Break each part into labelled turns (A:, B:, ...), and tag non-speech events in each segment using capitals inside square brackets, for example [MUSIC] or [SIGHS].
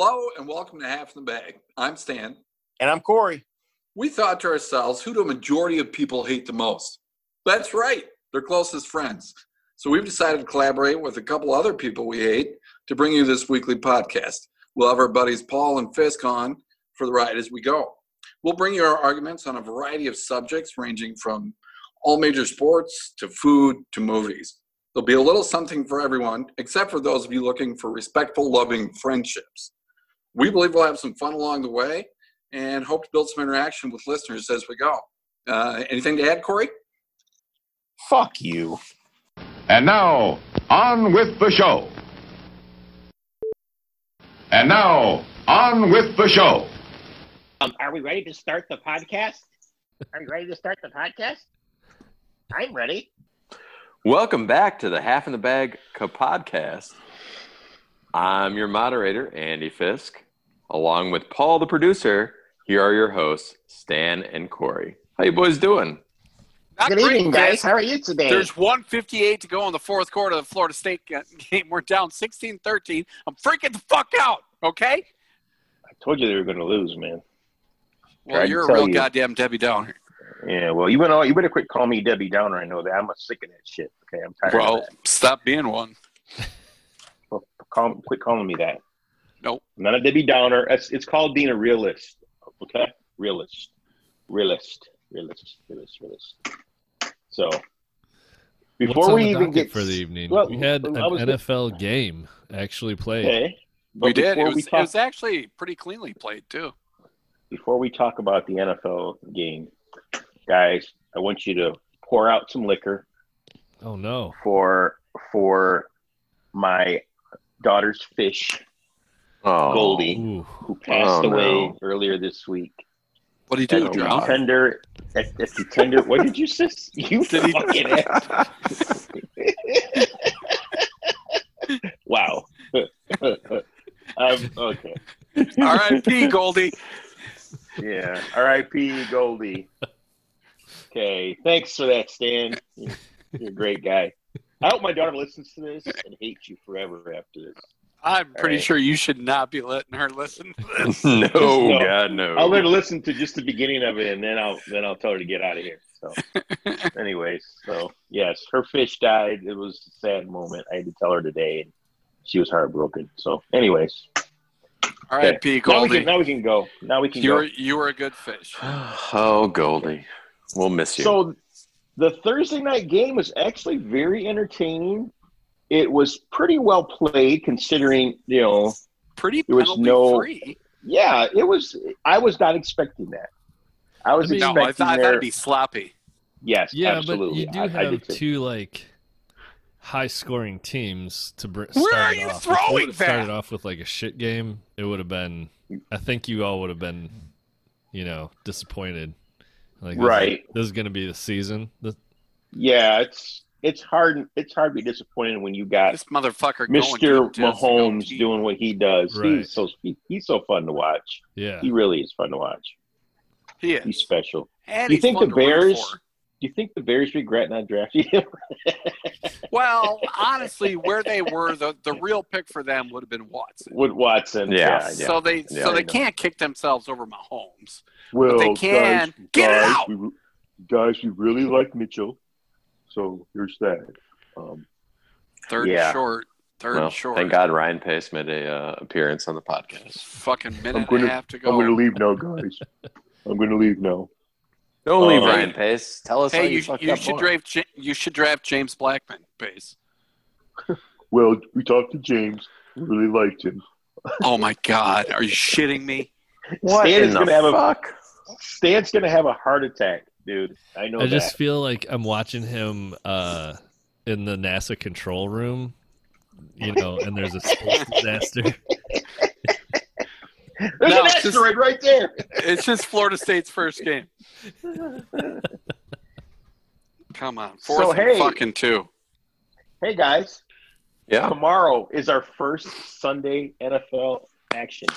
A: welcome to Half in the Bag. I'm Stan.
B: And I'm Corey.
A: We thought to ourselves, who do a majority of people hate the most? That's right, their closest friends. So we've decided to collaborate with a couple other people we hate to bring you this weekly podcast. We'll have our buddies Paul and Fisk on for the ride as we go. We'll bring you our arguments on a variety of subjects ranging from all major sports to food to movies. There'll be a little something for everyone, except for those of you looking for respectful, loving friendships. We believe we'll have some fun along the way and hope to build some interaction with listeners as we go. Uh, anything to add, Corey?
B: Fuck you.
C: And now, on with the show. And now, on with the show.
D: Um, are we ready to start the
E: [LAUGHS]
D: podcast? Are we ready to start the podcast? I'm ready.
F: Welcome back to the Half in the Bag podcast. I'm your moderator, Andy Fisk. Along with Paul, the producer, here are your hosts, Stan and Corey. How you boys doing?
B: Not
D: Good
B: great,
D: evening, guys.
B: Chris.
D: How are you today?
E: There's 158 to go in the fourth quarter of the Florida State ga- game. We're down 16-13. I'm freaking the fuck out. Okay.
G: I told you they were going to lose, man.
E: Well,
G: Tried to
E: you're a
G: tell
E: real
G: you.
E: goddamn Debbie Downer.
G: Yeah, well, you better you better quit calling me Debbie Downer. I know that I'm sick of that shit. Okay, I'm tired.
E: Well,
G: of that.
E: stop being one.
G: Call, quit calling me that.
E: Nope.
G: I'm not a Debbie Downer. It's, it's called being a realist. Okay, realist, realist, realist, realist, realist. So
H: What's
G: before
H: on
G: we
H: the
G: even
H: docket
G: get
H: for the evening,
G: well,
H: we had
G: I
H: an
G: was gonna-
H: NFL game actually played.
G: okay, but
E: we did. It
G: before
E: was,
G: we
E: it
G: talk-
E: was actually pretty cleanly played too.
G: before we talk about the NFL game, guys, I want you to pour out some liquor.
H: Oh no!
G: for for my daughter's fish
F: Oh,
G: Goldie,
H: Ooh,
G: who passed
F: Oh,
G: away
F: no.
G: earlier this week.
E: What do you do?
G: at the
E: Drown?
G: tender, at, at the tender. what did you sis? [LAUGHS] You
E: Did he-
G: fucking ass. [LAUGHS] wow. [LAUGHS] um, okay.
E: R.I.P. Goldie.
G: Yeah. R.I.P. Goldie. Okay. Thanks for that, Stan. You're, you're a great guy. I hope my daughter listens to this and hates you forever after this.
E: I'm pretty
G: right.
E: sure you should not be letting her listen
F: [LAUGHS]
E: to this.
F: no,
G: no.
F: God, no.
G: I'll let her listen to just the beginning of it, and then I'll then I'll tell her to get out of here.
E: [LAUGHS]
G: So, anyways, so yes, her fish died. It was a sad moment. I had to tell her today, and she was heartbroken. So, anyways,
E: R.I.P.
G: now we can
E: Goldie.
G: now we can go. Now we can
E: You were
G: go.
E: you were a good fish.
F: [SIGHS] oh, Goldie. We'll miss you.
G: So, the Thursday night game was actually very entertaining. It was pretty well played, considering you know
E: Pretty
G: There was
E: penalty
G: no-
E: free.
G: Yeah, it was. I was not expecting that. I was
E: No,
G: expecting
E: I thought, I thought
G: their,
E: it'd be sloppy.
G: yes,
H: yeah,
G: absolutely.
H: but you do
G: I- I
H: have
G: did too.
H: two like high-scoring teams to br-
E: Where
H: start
E: are
H: it
E: you
H: off. If they
E: throwing
H: would've started
E: that?
H: off with like a shit game, it would have been. I think you all would have been, you know, disappointed. Like this-
G: Right.
H: this, is going to be the season. This-
G: Yeah, it's it's hard. It's hard to be disappointed when you got
E: This motherfucker
G: Mister
E: going to just go
G: Mahomes
E: deep.
G: doing what he does.
H: Right.
G: He's so he, he's so fun to watch.
H: yeah,
G: He really is fun to watch.
E: He is.
G: He's special.
E: And
G: You
E: he's
G: think
E: fun
G: the
E: to root
G: Bears-
E: for.
G: Do you think the Bears regret not drafting him?
E: Well, honestly, where they were, the, the real pick for them would have been Watson.
G: With Watson,
F: Yeah.
G: yeah.
E: So they
F: Yeah,
E: so
G: I
E: they
G: know.
E: can't kick themselves over Mahomes.
G: Well,
E: they can. Get it out!
G: We, re- guys, we really like Mitchell. So here's that. Um,
E: Third
G: Yeah.
E: and short. Third
F: well,
E: and short.
F: thank God Ryan Pace made a uh, appearance on the podcast.
E: Fucking minute
G: gonna-
E: and a half to go.
G: leave now, guys. I'm going to leave now.
F: Don't leave
G: Oh.
F: Ryan Pace. Tell us how
E: hey,
F: you,
E: you,
F: fucked
E: you
F: up
E: should
F: more.
E: draft Ja- you should draft James Blackman, base.
G: Well, we talked to James. We really liked him.
E: Oh my God, are you shitting me?
F: What
G: Stan
F: in
G: is
F: the
G: gonna have a-
F: fuck?
G: Stan's going to have a heart attack, dude. I know
H: I
G: that.
H: just feel like I'm watching him uh, in the NASA control room, you know, and there's
D: [LAUGHS]
H: a space disaster.
G: There's
E: No,
G: an
E: it's just-
G: asteroid right there.
E: It's just Florida State's first game. Come on,
G: So,
E: fourth and
G: hey.
E: fucking two.
G: Hey, guys.
F: Yeah.
G: Tomorrow is our first Sunday NFL action.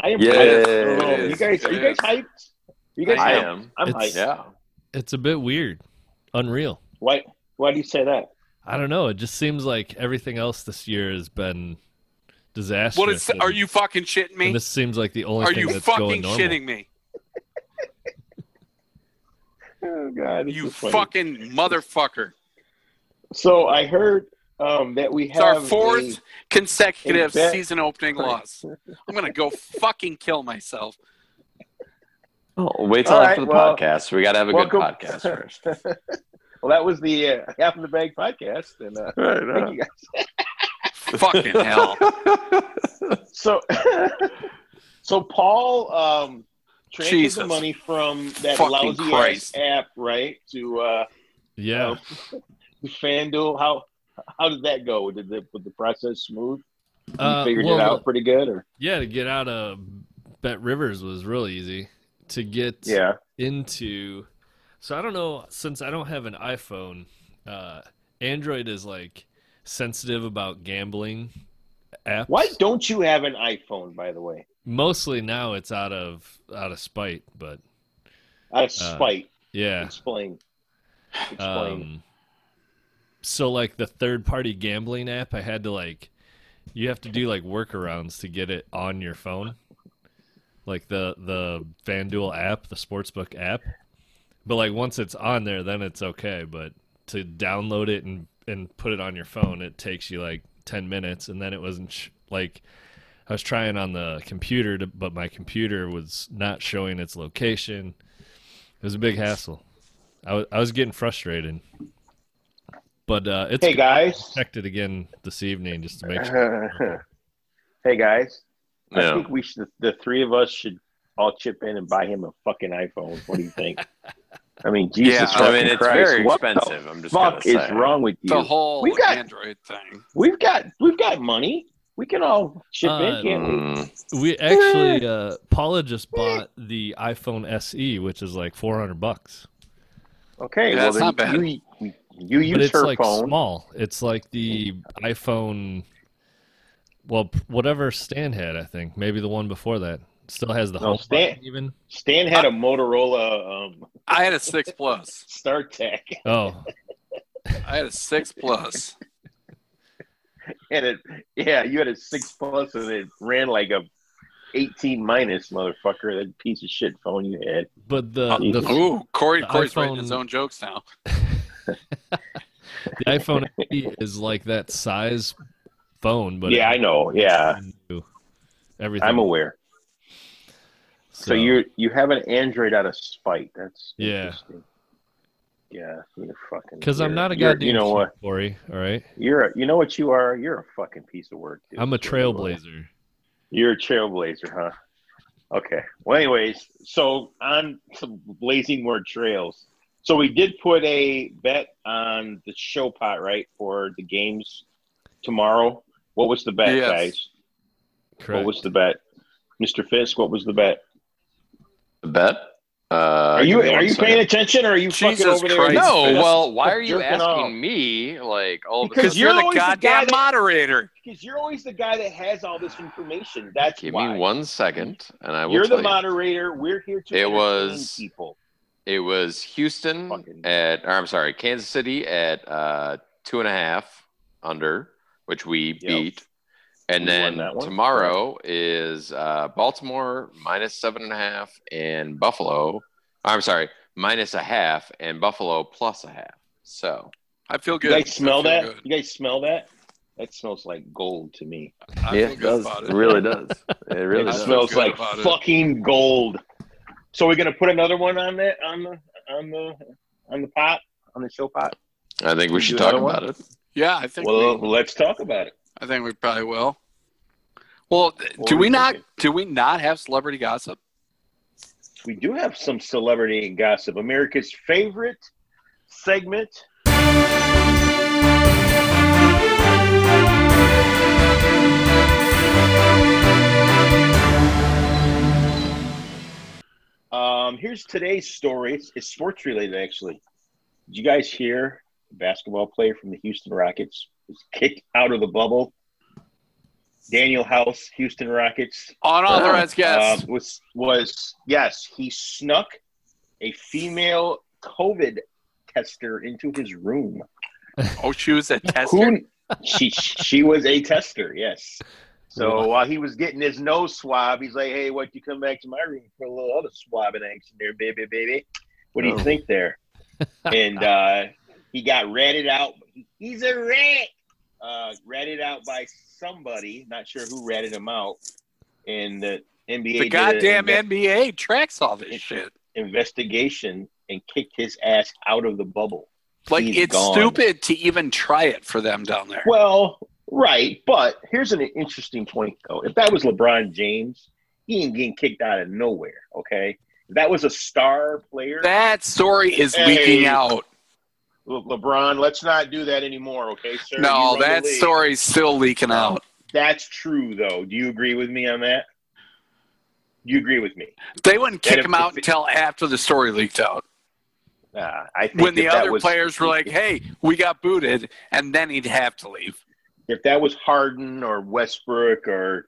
G: I am
F: Yeah,
G: hyped.
F: it
G: Oh,
F: is.
G: you guys, are you
E: It
G: guys
E: is.
G: hyped? You guys
F: I
G: hyped?
F: am.
G: I'm
H: It's-
G: hyped.
F: Yeah.
H: It's a bit weird, unreal.
G: Why, why do you say that?
H: I don't know. It just seems like everything else this year has been disaster.
E: What is? Are you fucking shitting
H: And
E: me?
H: this seems like the only
E: Are
H: thing
E: you
H: that's
E: fucking
H: going normal.
E: shitting me?
D: Oh God, this
E: You
D: is funny.
E: fucking motherfucker!
D: So I heard um, that we
E: It's
D: have
E: our fourth
D: a-
E: consecutive
D: a bet-
E: season opening loss. I'm gonna go fucking kill myself.
F: Oh, wait till
D: All
F: after
D: right,
F: the
D: well,
F: podcast. We got to have a
D: welcome-
F: good podcast
D: [LAUGHS]
F: first.
D: well, that was the uh, half in the bag podcast, and uh, thank you guys.
E: fucking
D: [LAUGHS]
E: hell!
D: So, [LAUGHS] so Paul um, transferred the
E: Jesus.
D: money from that
E: Fucking
D: lousy ass
E: Christ.
D: app, right, to uh,
H: Yeah.
D: FanDuel. How how did that go? Did the was the process smooth? You
H: Uh,
D: figured
H: well,
D: it out pretty good, or
H: Yeah, to get out of Bet Rivers was real easy. To get
D: yeah,
H: into so i don't know since i don't have an iphone uh android is like sensitive about gambling apps
D: why don't you have an iPhone? By the way,
H: mostly now it's out of out of spite but
D: out of spite,
H: Uh, yeah
D: explain. Explain.
H: um so like the third party gambling app i had to like you have to do like workarounds to get it on your phone like the the fanduel app the sportsbook app but like once it's on there then it's okay but to download it and and put it on your phone it takes you like 10 minutes and then it wasn't sh- like i was trying on the computer to, but my computer was not showing its location it was a big hassle i was, I was getting frustrated but uh it's
D: hey guys. [LAUGHS]
H: checked it again this evening just to make sure
D: hey guys, I
F: Yeah.
D: think we should. The three of us should all chip in and buy him a fucking iPhone. What do you think? I mean, Jesus
E: Yeah, I
F: I
D: fucking
F: mean, it's
D: Christ,
F: very
D: what the
F: expensive. I'm just gonna
D: fuck is
F: say.
D: wrong with you?
E: The whole
D: We got-
E: Android thing.
D: we've got we've got money. We can all chip
H: Uh,
D: in, can't we?
F: Mm.
H: We actually, uh, Paula just bought the iPhone SE, which is like 400 bucks.
D: Okay,
E: Yeah,
D: well
E: it's
D: then
E: not bad.
D: you you
H: but
D: use
H: it's
D: her
H: like
D: phone.
H: small. It's like the iPhone, well, p- whatever Stan had, I think. Maybe the one before that. Still has the
D: No,
H: home
D: Stan-
H: button even.
D: Stan had a Motorola um,
E: I had a six plus.
D: StarTech,
H: Oh,
E: I had a six plus.
D: and it yeah, you had a six plus, and it ran like a eighteen minus, motherfucker. That piece of shit phone you had.
H: but the,
D: [LAUGHS]
H: the, the
E: Ooh, Corey,
H: The
E: Corey's writing his
H: iPhone-
E: own jokes now.
H: iPhone [LAUGHS] SE is like that size phone, but
D: yeah, I know. Yeah,
H: know. everything.
D: I'm aware. So,
H: so
D: you you have an Android out of spite. That's
H: Yeah.
D: interesting. Yeah, you're fucking.
H: Because I'm
D: you're-
H: not a
D: you're-
H: goddamn
D: You know what?
H: Corey, all right?
D: You're a, you know what you are. You're a fucking piece of work. Dude.
H: I'm a
D: That's what you are.
H: trailblazer.
D: You're a trailblazer, huh? Okay. Well, anyways, so on to blazing more trails. So we did put a bet on the show pot, right, for the games tomorrow. What was the bet,
E: Yes.
D: guys?
H: Correct.
D: What was the bet, Mr. Fisk? What was the bet?
F: Bet? Uh,
D: Are you are you paying attention or are you
E: Jesus
D: fucking over there?
E: Christ,
F: No.
E: Fisk?
F: Well, why are you
D: Jerking
F: asking
D: off.
F: me? Like, all of a
D: Because
F: sudden-
D: you're
E: You're the
D: always the guy
E: goddamn
D: that-
E: moderator.
D: Because you're always the guy that has all this information. That's
F: Give
D: why.
F: me one second, and I will.
D: You're the
F: tell you.
D: moderator. We're here to
F: It
D: entertain
F: was-
D: people.
F: It was Houston
D: Fucking-
F: at, or I'm sorry, Kansas City at uh, two and a half under, which we
D: Yep.
F: beat. And
D: We won
F: then
D: that one.
F: tomorrow is uh, Baltimore minus seven and a half and Buffalo. I'm sorry, minus a half and Buffalo plus a half. So
E: I feel
D: You
E: good.
D: guys smell
E: I feel
D: that?
E: good.
D: You guys smell that? That smells like gold to me.
E: I feel good about it.
F: really does. It really
D: it
E: does.
D: smells
E: Feel good
D: like
E: about it.
D: fucking gold. So we're gonna put another one on that on the on the on the pot on the show pot.
F: I think we should
D: Do
F: talk
D: another one?
F: about it.
E: Yeah, I think.
D: Well,
E: we,
D: let's talk about it.
E: I think we probably will. Well, th-
D: What
E: do
D: were
E: we
D: you
E: not?
D: thinking?
E: Do we not have celebrity gossip?
D: We do have some celebrity and gossip. America's favorite segment. Um, here's today's story. It's, it's sports related, actually. Did you guys hear a basketball player from the Houston Rockets was kicked out of the bubble? Daniel House, Houston Rockets.
E: Unauthorized guest.
D: Uh, was was yes, he snuck a female COVID tester into his room.
E: oh, she was a tester.
D: Who? She she was a tester. Yes. So while he was getting his nose swab, he's like, "Hey, why don't you come back to my room for a little other swabbing action there, baby, baby? What do you think there?" and uh, he got ratted out. He's a rat. Uh, ratted out by somebody. Not sure who ratted him out. And the NBA did
E: The
D: a
E: goddamn
D: inve-
E: NBA tracks all this shit.
D: investigation and kicked his ass out of the bubble.
E: Like
D: He's
E: it's
D: gone.
E: stupid to even try it for them down there.
D: Well, right, but here's an interesting point though. If that was LeBron James, he ain't getting kicked out of nowhere. Okay, if that was a star player.
E: That story is leaking
D: Hey.
E: out.
D: Le- LeBron, let's not do that anymore. Okay, sir. You
E: No,
D: run the
E: that
D: league.
E: story's still leaking out.
D: That's true though. Do you agree with me on that? You agree with me?
E: They wouldn't
D: And
E: kick
D: if-
E: him out
D: if it-
E: until after the story leaked out.
D: Uh, I think
E: When
D: if
E: the
D: that
E: other
D: was-
E: players were like, hey, we got booted, and then he'd have to leave.
D: if that was Harden or Westbrook or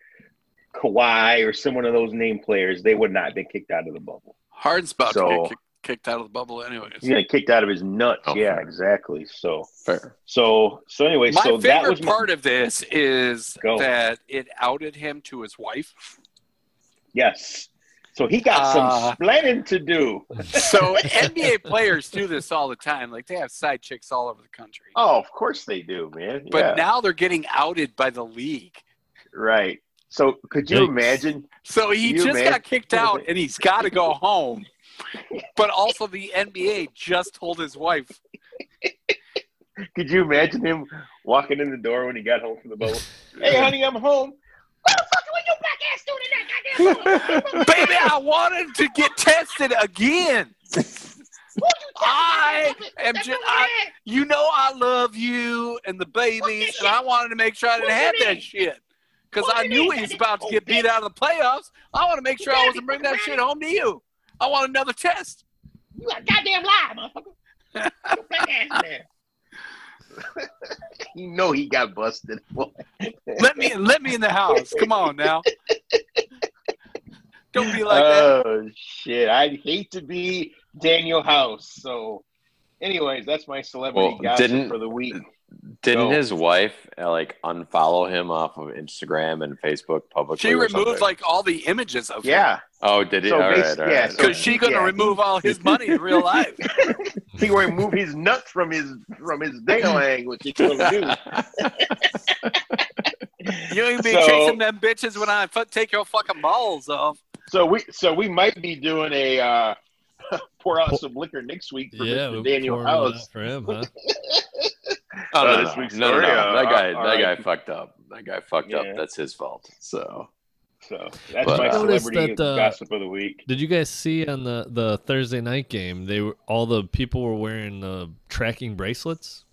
D: Kawhi or someone of those name players, they would not have been kicked out of the bubble.
E: Harden's about to
D: So-
E: get kick, kicked out of the bubble, anyways.
D: He's gonna kicked out of his nuts.
F: Oh,
D: yeah,
F: fair.
D: exactly. So
F: Fair.
D: so so anyway,
E: my
D: so
E: favorite
D: that was my-
E: part of this is
D: Go.
E: that it outed him to his wife.
D: [LAUGHS] yes. So he got
E: Uh,
D: some splaining to do.
E: So NBA players do this all the time. Like they have side chicks all over the country.
D: Oh, of course they do, man.
E: But
D: yeah,
E: now they're getting outed by the league.
D: right. So could you
H: Yikes.
D: imagine?
E: So he
D: You,
E: just
D: man.
E: got
D: [LAUGHS]
E: kicked out and he's got to go home. But also the NBA just told his wife,
D: Could you imagine him walking in the door when he got home from the bubble? hey, honey, I'm home.
I: What the fuck were you black ass doing in that goddamn
D: [LAUGHS]
I: room?
E: "Baby, I wanted to get tested again. I am
I: That's
E: just,
I: what
E: I,
I: it is.
E: you know, I love you and the babies, and I wanted to make sure I didn't
I: What
E: have
I: you
E: that
I: mean?
E: shit." Because
I: What
E: I
I: you
E: knew
I: mean?
E: he was about to get beat out of the playoffs. I want to make sure I wasn't bringing that shit home to you. I want another test.
I: You a goddamn lie, motherfucker. Your black ass there.
D: [LAUGHS] You know he got busted. [LAUGHS] Boy. [LAUGHS]
E: Let me in. Let me in the house. Come on [LAUGHS] now. Don't be like that.
D: oh shit! I'd hate to be Daniel House. So, anyways, that's my celebrity
F: Well,
D: gossip
F: didn't-
D: for the week.
I: [LAUGHS]
F: Didn't
D: No.
F: his wife uh, like unfollow him off of Instagram and Facebook publicly?
E: She
F: or
E: removed
F: something?
E: like all the images of him.
D: Yeah,
F: Oh, did he?
D: So
F: all
D: basi-
F: right, all right,
D: yeah,
F: all right.
D: so-
E: Because she gonna
D: Yeah.
E: remove all his money in real life.
D: he going to move his nuts from his from his nail hang, which he's going to do.
E: [LAUGHS] You ain't be
D: So-
E: chasing them bitches when I fu- take your fucking balls off.
D: So we so we might be doing a uh, [LAUGHS] pour out some liquor next week for
H: yeah,
D: Mr.
H: we're
D: Daniel
H: pouring one
D: House.
H: out for him, huh?
F: Oh,
D: Uh,
F: no,
D: this
F: no,
D: week's
F: no, no,
D: story,
F: no.
D: uh,
F: that guy,
D: all
F: that
D: right.
F: guy fucked up. That guy fucked up.
D: Yeah.
F: That's his fault. So
D: So that's
F: But-
D: my
F: I
H: noticed
D: celebrity
H: that, uh,
D: gossip of the week.
H: Did you guys see on the the Thursday night game? They were all the people were wearing the tracking bracelets.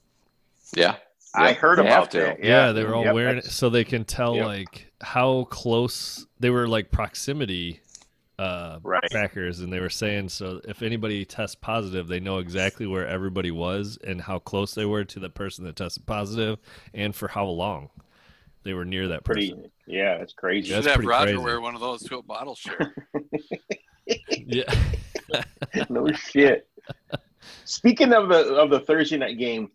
F: yeah,
D: I heard
F: you have
D: about
F: to.
D: that.
H: Yeah, they were all
D: Yep,
H: wearing it
D: that's-
H: so they can tell
D: Yep.
H: like how close they were like proximity uh
D: Right.
H: trackers and they were saying so if anybody tests positive they know exactly where everybody was and how close they were to the person that tested positive and for how long they were near that
D: Pretty.
H: person.
D: Yeah, that's crazy.
E: You
H: That's
E: should have
H: pretty
E: Roger
H: crazy.
E: wear one of those to a bottle share.
H: [LAUGHS] Yeah.
D: no shit. Speaking of the of the Thursday night game,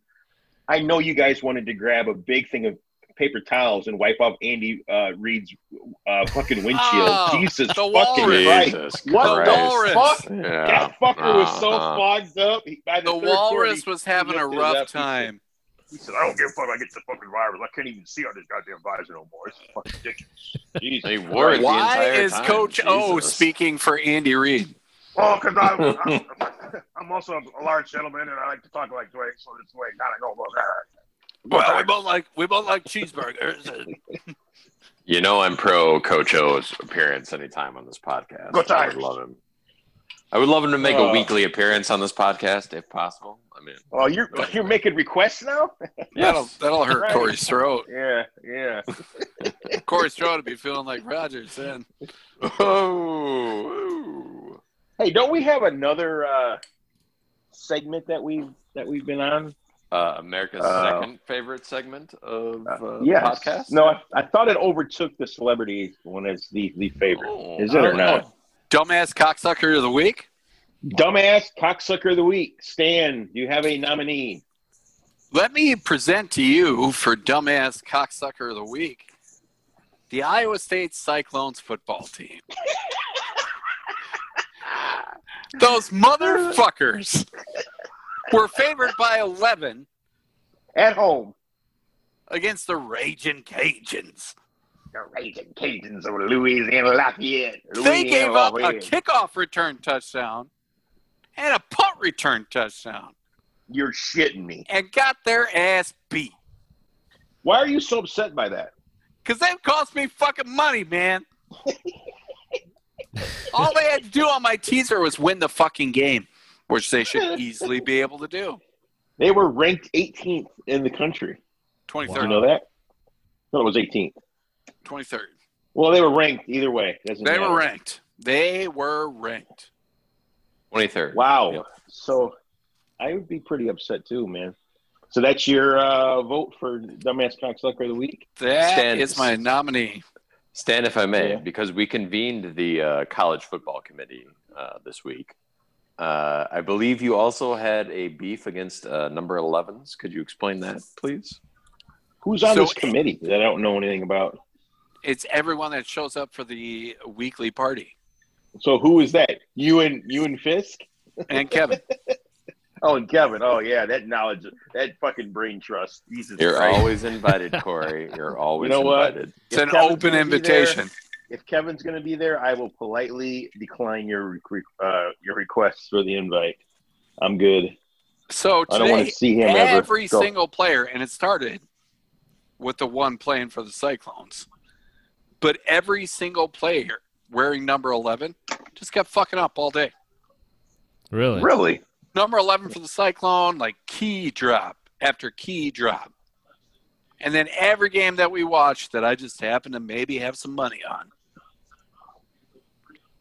D: I know you guys wanted to grab a big thing of paper towels and wipe off Andy uh, Reid's uh, fucking windshield.
E: Oh,
D: Jesus
E: the
D: fucking
E: walrus.
D: Christ!
F: Jesus
D: What the
F: Christ.
D: fuck?
F: Yeah.
D: That fucker was so
F: Uh-huh.
D: fogged up. He- by the,
E: The
D: third
E: walrus
D: quarter,
E: was having a
D: lifted it up. He
E: rough time.
D: He said, "I don't give a fuck. I get the fucking virus. I can't even see on this goddamn visor no more. It's fucking ridiculous." [LAUGHS] Jesus.
F: They wore it the
E: Why
F: entire
E: is
F: time.
E: Coach O
F: Jesus.
E: speaking for Andy Reid?
J: [LAUGHS] Oh, because I'm, [LAUGHS] I'm also a large gentleman and I like to talk like Dwayne, so this way, gotta go. look, ah.
E: Well, we both like we both like [LAUGHS] cheeseburgers.
F: You know, I'm pro Coach O's appearance anytime on this podcast. I
J: Go
F: would
J: Tigers.
F: love him. I would love him to make a
D: Oh.
F: weekly appearance on this podcast if possible. I
D: [LAUGHS]
F: mean,
D: Oh, you're you're making requests now?
E: That'll that'll hurt
D: Right.
E: Corey's throat.
D: Yeah, yeah.
E: Corey's throat would be feeling like Rogers then.
F: oh,
D: Hey, don't we have another uh, segment that we that we've been on?
F: uh, America's
D: Uh,
F: second favorite segment of uh,
D: Yes.
F: podcast.
D: No, I, I thought it overtook the celebrity one as the the favorite.
F: Oh,
D: Is it or
F: oh,
D: not?
E: Dumbass cocksucker of the week.
D: Dumbass cocksucker of the week. Stan, do you have a nominee?
E: Let me present to you for dumbass cocksucker of the week the Iowa State Cyclones football team. [LAUGHS] Those motherfuckers were favored by 11
D: At home.
E: against the Raging Cajuns.
D: The Raging Cajuns of Louisiana Lafayette.
E: They gave up a
D: Lafayette.
E: kickoff return touchdown and a punt return touchdown
D: You're shitting me.
E: and got their ass beat.
D: Why are you so upset by that?
E: Because they've cost me fucking money, man. All they had to do on my teaser was win the fucking game, which they should easily be able to do.
D: They were ranked 18th in the country.
E: 23rd.
D: Did you know that? No, it was 18th.
E: 23rd.
D: Well, they were ranked either way. Doesn't
E: They
D: matter.
E: were ranked. They were ranked.
F: 23rd.
D: Wow.
F: Yep.
D: So I would be pretty upset too, man. So that's your uh, vote for Dumbass Cocksucker of the Week?
E: That is
F: Stan-
E: my nominee.
F: Stan, if I may,
D: Yeah.
F: because we convened the uh, college football committee uh, this week. Uh, I believe you also had a beef against uh, number 11s. Could you explain that, please?
D: Who's on
E: So-
D: this committee that I don't know anything about?
E: It's everyone that shows up for the weekly party.
D: So who is that? You and you and Fisk?
E: And Kevin,
D: Oh, and Kevin. Oh, yeah, that knowledge, that fucking brain trust. Jesus
F: You're
D: Christ.
F: always invited, Corey. [LAUGHS] You're always
D: know what?
F: invited.
E: it's an
D: Kevin's
E: open
D: gonna be
E: invitation.
D: If Kevin's going to be there, I will politely decline your requ- uh, your request for the invite. I'm good.
E: So
D: I don't want
E: today,
D: to see him ever.
E: every
D: Go.
E: single player, and it started with the one playing for the Cyclones, but every single player wearing number 11 just kept fucking up all day.
H: Really?
D: Really?
E: Number 11 for the Cyclone, like key drop after key drop. And then every game that we watched that I just happened to maybe have some money on.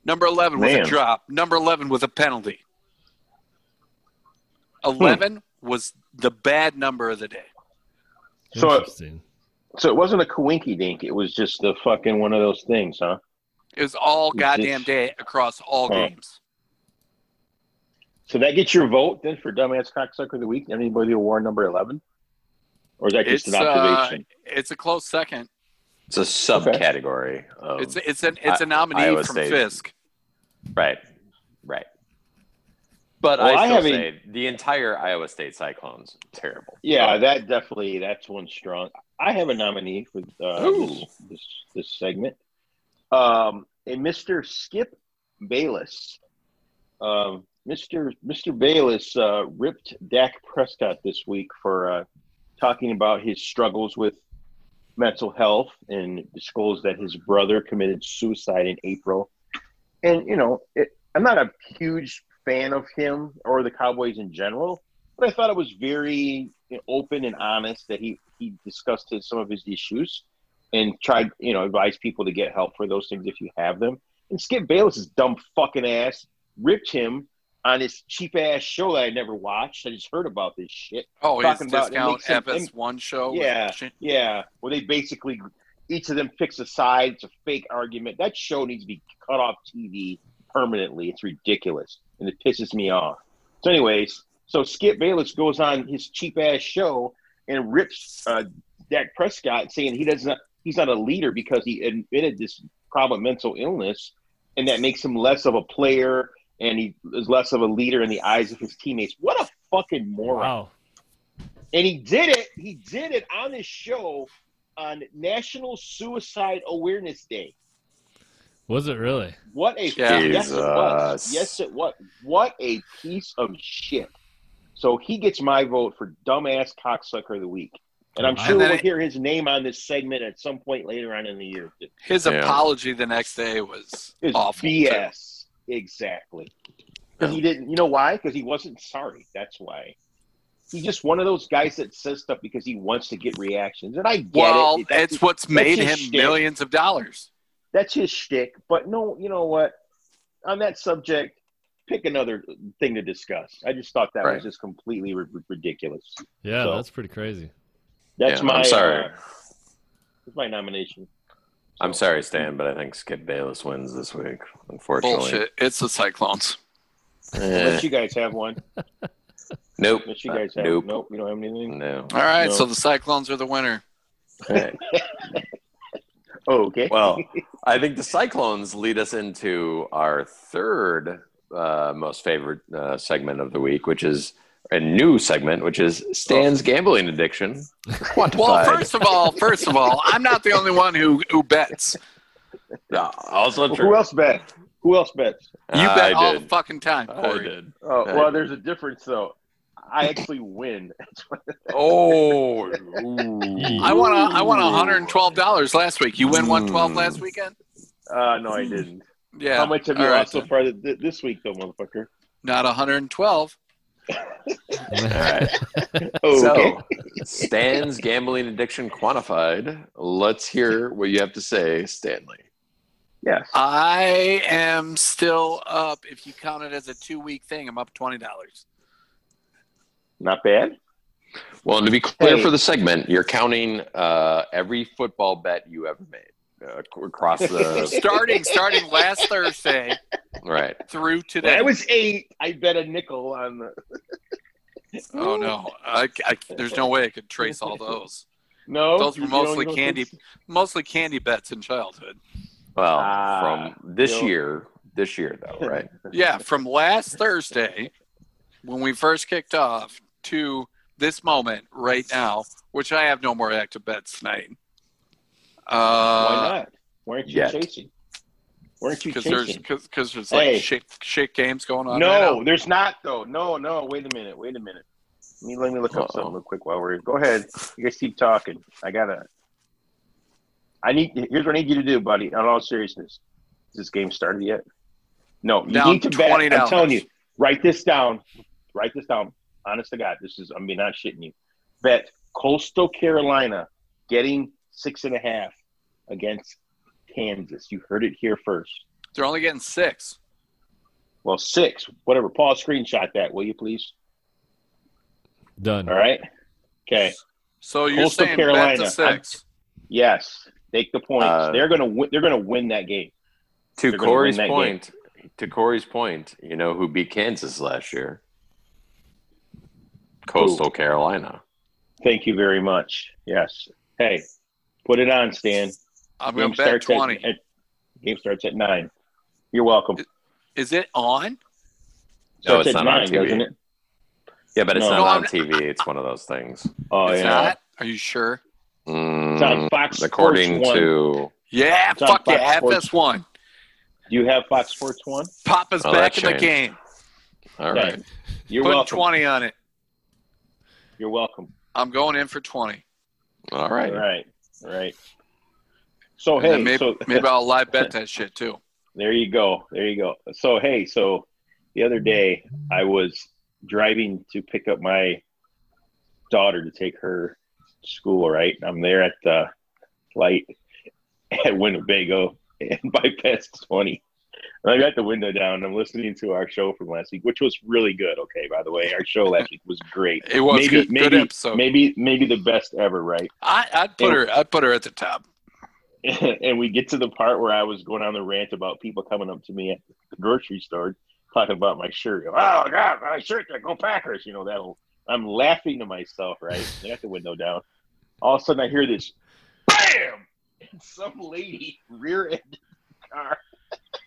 E: Number 11
D: Man.
E: was a drop. Number 11 was a penalty.
D: Hmm.
E: 11 was the bad number of the day.
D: So- uh,
H: Interesting.
D: So it wasn't a coinky dink. It was just the fucking one of those things, huh?
E: It was all
D: It's
E: goddamn
D: just-
E: day across all
D: Huh.
E: games.
D: So that gets your vote then for dumbass cocksucker of the week. Anybody who wore number eleven, or is that just
E: It's,
D: an
E: uh,
D: observation?
E: It's a close second.
F: It's a subcategory of
D: Oh.
E: It's it's an it's a nominee
F: Iowa
E: from
F: State.
E: Fisk.
F: right, right. But
D: Well,
F: I
D: I
F: still
D: have a-
F: say the entire Iowa State Cyclones terrible.
D: yeah,
F: But-
D: that definitely that's one strong. I have a nominee for uh, this,
F: Ooh.
D: this this segment, um, and Mister Skip Bayless. Um, Mr. Mr. Bayless uh, ripped Dak Prescott this week for uh, talking about his struggles with mental health and disclosed that his brother committed suicide in April. And, you know, it, I'm not a huge fan of him or the Cowboys in general, but I thought it was very you know, open and honest that he, he discussed his, some of his issues and tried, you know, advise people to get help for those things if you have them. And Skip Bayless's dumb fucking ass ripped him on his cheap ass show that I never watched. I just heard about this shit.
E: Oh, his
D: Talking about- it
E: discount
D: makes him-
E: FS1 show. with
D: Yeah.
E: Sh-
D: Yeah, well, they basically each of them picks a side. It's a fake argument. That show needs to be cut off TV permanently. It's ridiculous, and it pisses me off. So, anyways, so Skip Bayless goes on his cheap ass show and rips uh, Dak Prescott, saying he doesn't he's not a leader because he admitted this problem mental illness, and that makes him less of a player. And he is less of a leader in the eyes of his teammates. What a fucking moron!
H: Wow.
D: And he did it. He did it on this show on National Suicide Awareness Day.
H: Was it really?
D: What a
E: Yeah.
D: yes it was.
F: Jesus.
D: Yes it was. What a piece of shit. So he gets my vote for dumbass cocksucker of the week. And I'm
H: And
D: sure
E: then
D: we'll
E: it-
D: hear his name on this segment at some point later on in the year.
E: His
F: Yeah.
E: apology the next day was
D: It's
E: awful.
D: BS. Exactly. 'Cause He didn't. You know why? Because he wasn't sorry. That's why. He's just one of those guys that says stuff because he wants to get reactions, and I get
E: Well,
D: it. That's
E: it's what's made
D: his
E: him
D: shtick.
E: millions of dollars.
D: That's his shtick. But no, you know what? On that subject, pick another thing to discuss. I just thought that
F: Right.
D: was just completely ri ridiculous.
H: Yeah,
D: So-
H: that's pretty crazy.
D: That's
F: Yeah,
D: my.
F: I'm sorry.
D: uh, that's my nomination.
F: I'm sorry, Stan, but I think Skip Bayless wins this week, unfortunately.
E: Bullshit. It's the Cyclones.
F: Eh,
D: Unless you guys have one.
F: nope.
D: Unless you guys
F: Uh,
D: have.
F: nope. Mm.
D: Nope. You don't have anything.
F: No.
E: All right,
D: No.
F: [LAUGHS]
E: so the Cyclones are the winner.
F: All right.
D: Oh, okay.
F: Well, I think the Cyclones lead us into our third uh, most favorite uh, segment of the week, which is a new segment, which is
E: Oh.
F: Stan's gambling addiction quantified.
E: Well, first of all, first of all, I'm not the only one who who bets.
F: No, also true.
D: Who else bet? Who else bets?
F: [LAUGHS]
E: You
F: I
E: bet all the
F: did.
E: fucking time,
F: I
E: Corey.
F: did.
D: Oh,
F: Uh,
D: well, there's a difference though. I actually win.
F: Oh, [LAUGHS]
E: I won. A, I won 112 dollars last week. You win
F: Mm.
E: 112 last weekend.
D: Uh, no, I didn't.
E: Yeah.
D: How much have you
E: All right,
D: lost so
E: then.
D: far th- this week, though, motherfucker?
E: Not 112.
F: All right.
D: Oh, okay.
F: So, Stan's gambling addiction quantified. Let's hear what you have to say, Stanley.
D: Yes.
E: I am still up. If you count it as a two week thing, I'm up twenty dollars.
D: Not bad.
F: Well, and to be clear
D: Hey.
F: for the segment, you're counting uh, every football bet you ever made uh, ac- across [LAUGHS] the
E: Starting starting
D: [LAUGHS]
E: last Thursday
F: right.
E: through
D: When
E: today.
D: I was eight, I bet a nickel on the.
E: oh no, I, I, there's no way I could trace all those.
D: No,
E: Those were
D: you don't
E: mostly
D: know
E: candy-
D: things?
E: Mostly candy bets in childhood.
F: Well,
D: Ah,
F: from this
D: you know.
F: year, this year
D: [LAUGHS]
F: though, right?
E: Yeah, from last Thursday when we first kicked off to this moment right now, which I have no more active bets tonight.
D: Why
E: Uh,
D: not? Weren't you
F: yet.
D: chasing? Weren't you
E: because there's
D: chasing?
E: because there's like
D: Hey.
E: shit shit games going on. right now.
D: No, there's not though. No, no. Wait a minute. Wait a minute. Let me let me look up
F: Uh-oh.
D: something real quick while we're. Go ahead. You guys keep talking. I gotta. I need. Here's what I need you to do, buddy. In all seriousness, is this game started yet? No, you
E: Down
D: need to bet.
E: $20.
D: I'm telling you. Write this down. Write this down. Honest to God, this is. I mean, not shitting you. Bet Coastal Carolina getting six and a half against Kansas. You heard it here first.
E: they're only getting six.
D: Well, six, whatever. Paul, screenshot that, will you please?
H: [LAUGHS] Done.
D: All right. Okay.
E: So you're
D: Coastal
E: saying
D: Carolina.
E: bet to six?
D: Yes. Take the points.
F: Uh,
D: they're gonna win. They're gonna win that game.
F: To
D: They're gonna win
F: Corey's
D: that
F: point, to Corey's point, you know who beat Kansas last year? Coastal Carolina.
D: Thank you very much. Yes. Hey, put it on, Stan.
E: I'm going to bet twenty.
D: At, at, game starts at nine. You're welcome.
E: Is it on?
F: No,
D: Starts
F: it's
D: at
F: not on
D: nine,
F: TV.
D: doesn't it?
F: Yeah, but it's
D: No.
F: not
E: No,
F: on
E: I'm-
F: TV. It's one of those things.
D: Oh
E: it's
D: yeah.
E: not. Are you sure?
D: It's on
F: Mm,
D: Fox. Sports
F: according
D: 1. do
F: to
E: Yeah,
D: It's on
E: fuck
D: Fox
E: yeah.
D: Sports.
E: FS1.
D: you have Fox Sports One?
E: Papa's
F: Oh,
E: back
F: that
E: in the
F: changed.
E: game.
F: all
D: Okay.
F: right.
D: You're
E: Put
D: welcome.
E: twenty on it.
D: You're welcome.
E: I'm going in for twenty.
F: All
D: All
F: right.
D: right. All right. So
E: And then
D: hey,
E: maybe,
D: so
E: maybe I'll live bet that shit too.
D: There you go. There you go. So hey, so the other day I was driving to pick up my daughter to take her to school, right? I'm there at the light [LAUGHS] at Winnebago and [LAUGHS] bypassed 20. And I got the window down and I'm listening to our show from last week, which was really good, okay, by the way. Our show last week was
E: [LAUGHS]
D: great.
E: It was
D: maybe
E: good.
D: maybe
E: good episode.
D: maybe maybe the best ever, right? [LAUGHS]
E: I, I'd put her. I'd put her at
H: [LAUGHS]
E: the top.
D: and we get to the part where I was going on the rant about people coming up to me at the grocery store talking about my shirt. Oh God, my shirt! Go Packers! You know that. whole- I'm laughing to myself. Right, [LAUGHS] I got the window down. All of a sudden, I hear this, bam! And some lady rear-ended the car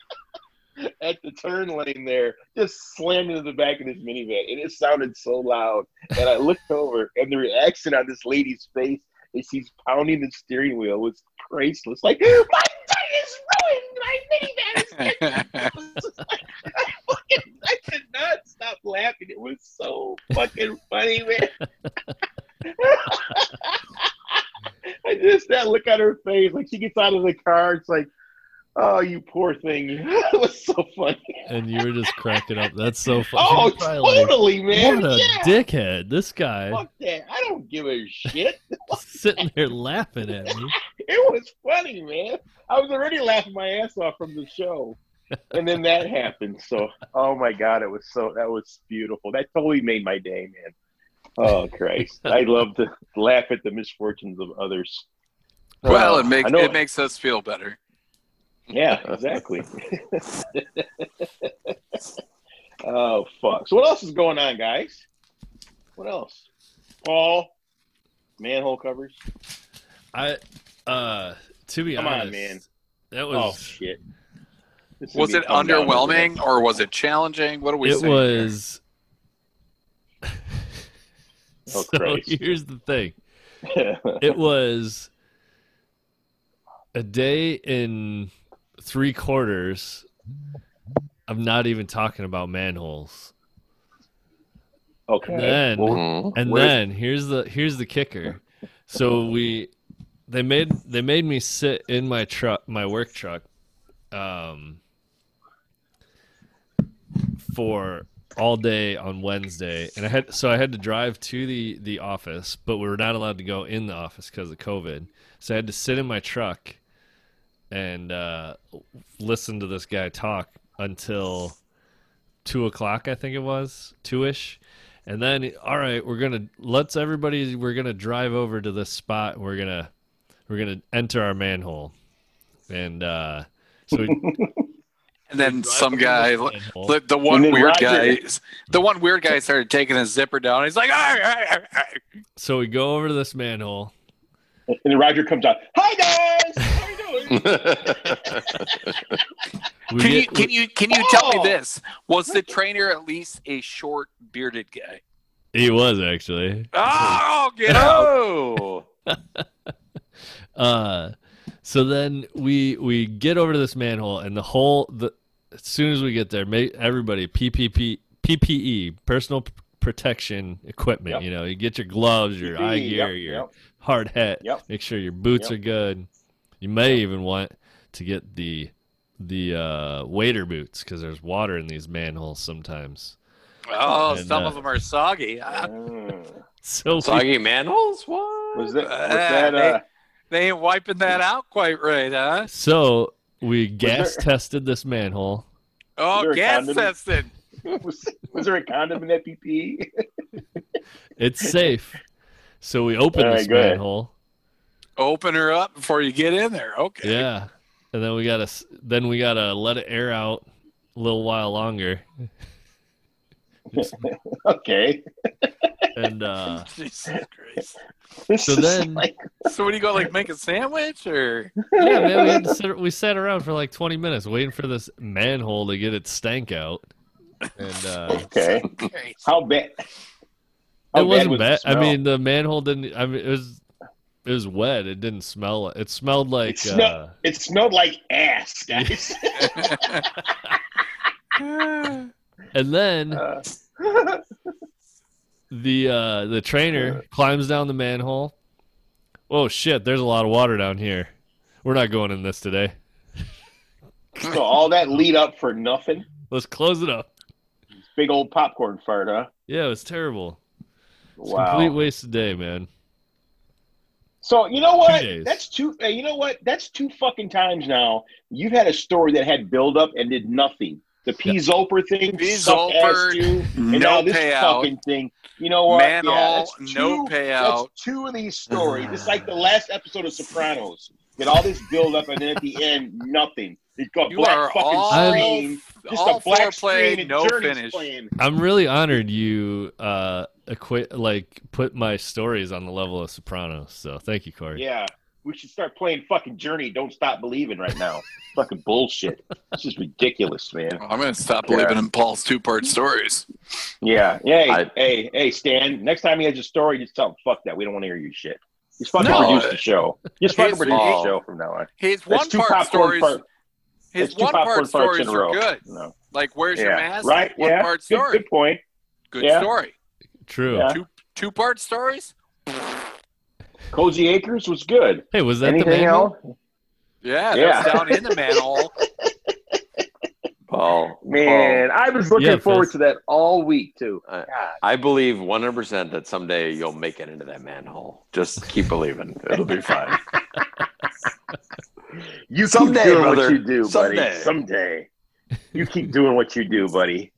D: [LAUGHS] at the turn lane there, just slammed into the back of this minivan, and it sounded so loud. And I looked over, and the reaction on this lady's face as she's pounding the steering wheel was priceless. Like, my thing is ruined. My minivan is
E: [LAUGHS]
D: fucking, I could not stop laughing. It was so fucking funny, man. [LAUGHS] I just that look on her face, like she gets out of the car. It's like, oh, you poor thing. [LAUGHS] it was so funny.
H: And you were just cracking up. That's so
D: [LAUGHS]
H: funny.
D: oh, totally, man.
H: what a
D: yeah,
H: dickhead. This guy
D: fuck that. I don't give a shit.
H: sitting there laughing at me.
D: it was funny, man. I was already laughing my ass off from the show. And then that happened. So, oh my God, it was so, that was beautiful. That totally made my day, man. Oh, Christ. I love to laugh at the misfortunes of others.
E: Well,
D: Uh,
E: it makes
D: I know-
E: it makes us feel better.
D: Yeah, exactly. [LAUGHS] oh, fuck. So, what else is going on, guys? What else? Paul, manhole covers.
H: I uh To be
D: Come on,
H: honest,
D: man.
H: that
D: Oh
H: was
D: shit. This is
E: Was
D: gonna be
E: it
D: come down to the
E: underwhelming
D: next-
E: or was it challenging? What are we
H: it
E: saying?
H: was.
D: Oh,
H: [LAUGHS] so
D: Christ.
H: here's the thing.
D: [LAUGHS]
H: it was a day in three quarters. I'm not even talking about manholes.
D: okay.
H: And then,
F: Mhm.
H: and
E: where's-
H: then here's the here's the kicker. So we they made they made me sit in my truck, my work truck, um, for all day on Wednesday, and I had so I had to drive to the the office, but we were not allowed to go in the office because of COVID. So I had to sit in my truck and uh, listen to this guy talk until two o'clock, I think it was two ish, and then all right, we're gonna let's everybody we're gonna drive over to this spot. We're gonna we're gonna enter our manhole, and uh, so
E: [LAUGHS]
H: we
E: And then
H: drive
E: some
H: over to
E: guy,
H: this manhole.
E: the, the one
D: then
E: weird
D: Roger-
E: guy, the one weird guy started taking his zipper down. He's like, "Arr, arr, arr, arr."
H: so we go over to this manhole.
D: And then Roger comes out. Hi guys,
H: [LAUGHS]
D: how you doing?
F: Mm-hmm.
H: We
E: can you
H: get-
E: can you can you tell me
D: Oh!
E: this? Was the trainer at least a short bearded guy?
H: he was actually.
E: Oh, get out!
F: oh,
H: Uh, so then we we get over to this manhole, and the whole the as soon as we get there, ma- everybody PPP PPE E, personal p- protection equipment.
D: Yep. E,
H: You know, you get your gloves, your eye gear,
D: Yep,
H: your
D: yep.
H: hard hat.
D: Yep.
H: Make sure your boots
D: Yep.
H: are good. You may even want to get the the uh, waiter boots because there's water in these manholes sometimes. [LAUGHS]
E: Oh,
H: And,
E: some
H: uh,
E: of them are soggy. Ah,
D: Mm.
H: So we-
F: [LAUGHS] soggy manholes. What
D: Was that? Was
E: Ah,
D: that?
E: they-
D: Uh,
E: they ain't wiping that out quite right,
H: [LAUGHS]
E: huh?
H: so we gas
D: there-
H: tested this manhole.
E: Oh,
D: there a
E: gas
D: condom?
E: tested.
D: uh, [LAUGHS] was, was there a condom in that PPE? [LAUGHS]
H: It's safe. so we open
D: All right,
H: this
D: go ahead.
H: manhole.
E: Open her up before you get in there. Okay.
H: Yeah, and then we gotta s- then we gotta let it air out a little while longer,
D: [LAUGHS]
H: [LAUGHS]
D: okay.
H: and uh,
E: [LAUGHS] Jesus Christ.
D: This
H: So
D: is [LAUGHS]
H: then-
D: like,
E: So what do you go like make a sandwich or
H: yeah, man, we had to sit, we sat around for like twenty minutes waiting for this manhole to get its stank out,
D: [LAUGHS]
H: and uh,
D: okay.
E: Okay.
D: How bad? How
H: it wasn't
D: Oh, was the
H: bad. I
D: smell?
H: mean, the manhole didn't. I mean, it was it was wet. It didn't smell. It smelled like
D: smell-
H: uh,
D: it smelled like
H: [LAUGHS]
D: ass, guys. [LAUGHS]
H: and then
D: Uh,
H: the uh, the trainer climbs down the manhole. Oh shit! There's a lot of water down here. We're not going in this today.
D: so all that lead up for nothing.
H: Let's close it up.
D: Big old popcorn fart, huh?
H: Yeah, it was terrible. It's a
D: Wow.
H: Complete waste of day, man.
D: So you know what?
H: Two days.
D: That's two. uh, You know what? That's two fucking times now. You've had a story that had build up and did nothing. The P Zoper thing,
E: P.
D: sucked ass
E: Zoper,
D: too, and now
E: no
D: this
E: payout?
D: fucking thing. You know what? Yeah,
E: Manhole,
D: that's
E: no
D: two-
E: payout.
D: That's two of these stories. It's like the last episode of Sopranos. Get all this build up, and then at the end, nothing. It got
E: You
D: black
E: are
D: fucking
E: all,
D: screen. Just
E: all
D: a black
E: foreplay,
D: screen and
E: no
D: Journey's
E: finish.
D: playing.
H: I'm really honored you uh acquit like put my stories on the level of Sopranos. So thank you, Corey.
D: Yeah, we should start playing fucking Journey. Don't stop believing right
H: [LAUGHS]
D: now. fucking bullshit. This is ridiculous, man.
E: I'm gonna stop
D: Yeah.
E: believing in Paul's two part stories.
D: Yeah. Hey,
F: I-
D: hey, hey, Stan. Next time he has a story, just tell him, fuck that. We don't want to hear your shit. Just fucking
E: No.
D: produce the show. Just fucking
E: His-
D: produce the
F: Oh.
D: show from now on.
E: His
D: That's
E: one
D: two
E: part
D: popcorn
E: stories
D: fart-
E: his
D: that's two
E: one
D: popcorn
E: part
D: farts
E: stories
D: in a
E: are
D: row.
E: good.
D: No.
E: Like where's your
D: Yeah.
E: mask?
D: Right?
E: One
D: yeah.
E: part
D: Good-
E: story.
D: Good, point.
E: Good
D: Yeah.
E: story.
H: True.
D: Yeah.
E: Two part stories?
D: Cozy Acres was good.
H: Hey, was that the
D: Anything
H: manhole?
D: else?
E: Yeah,
D: Yeah.
E: that's down in the manhole.
F: Paul?
D: Man, I was looking
H: Yeah,
D: forward
H: Fizz.
D: to that all week too.
F: Uh,
D: God.
F: Paul, I believe 100% that someday you'll make it into that manhole. Just keep believing. It'll be fine.
D: You
F: Someday,
D: keep doing what
F: brother.
D: you do,
F: Someday.
D: buddy. Someday. You keep doing what you [LAUGHS] do, buddy.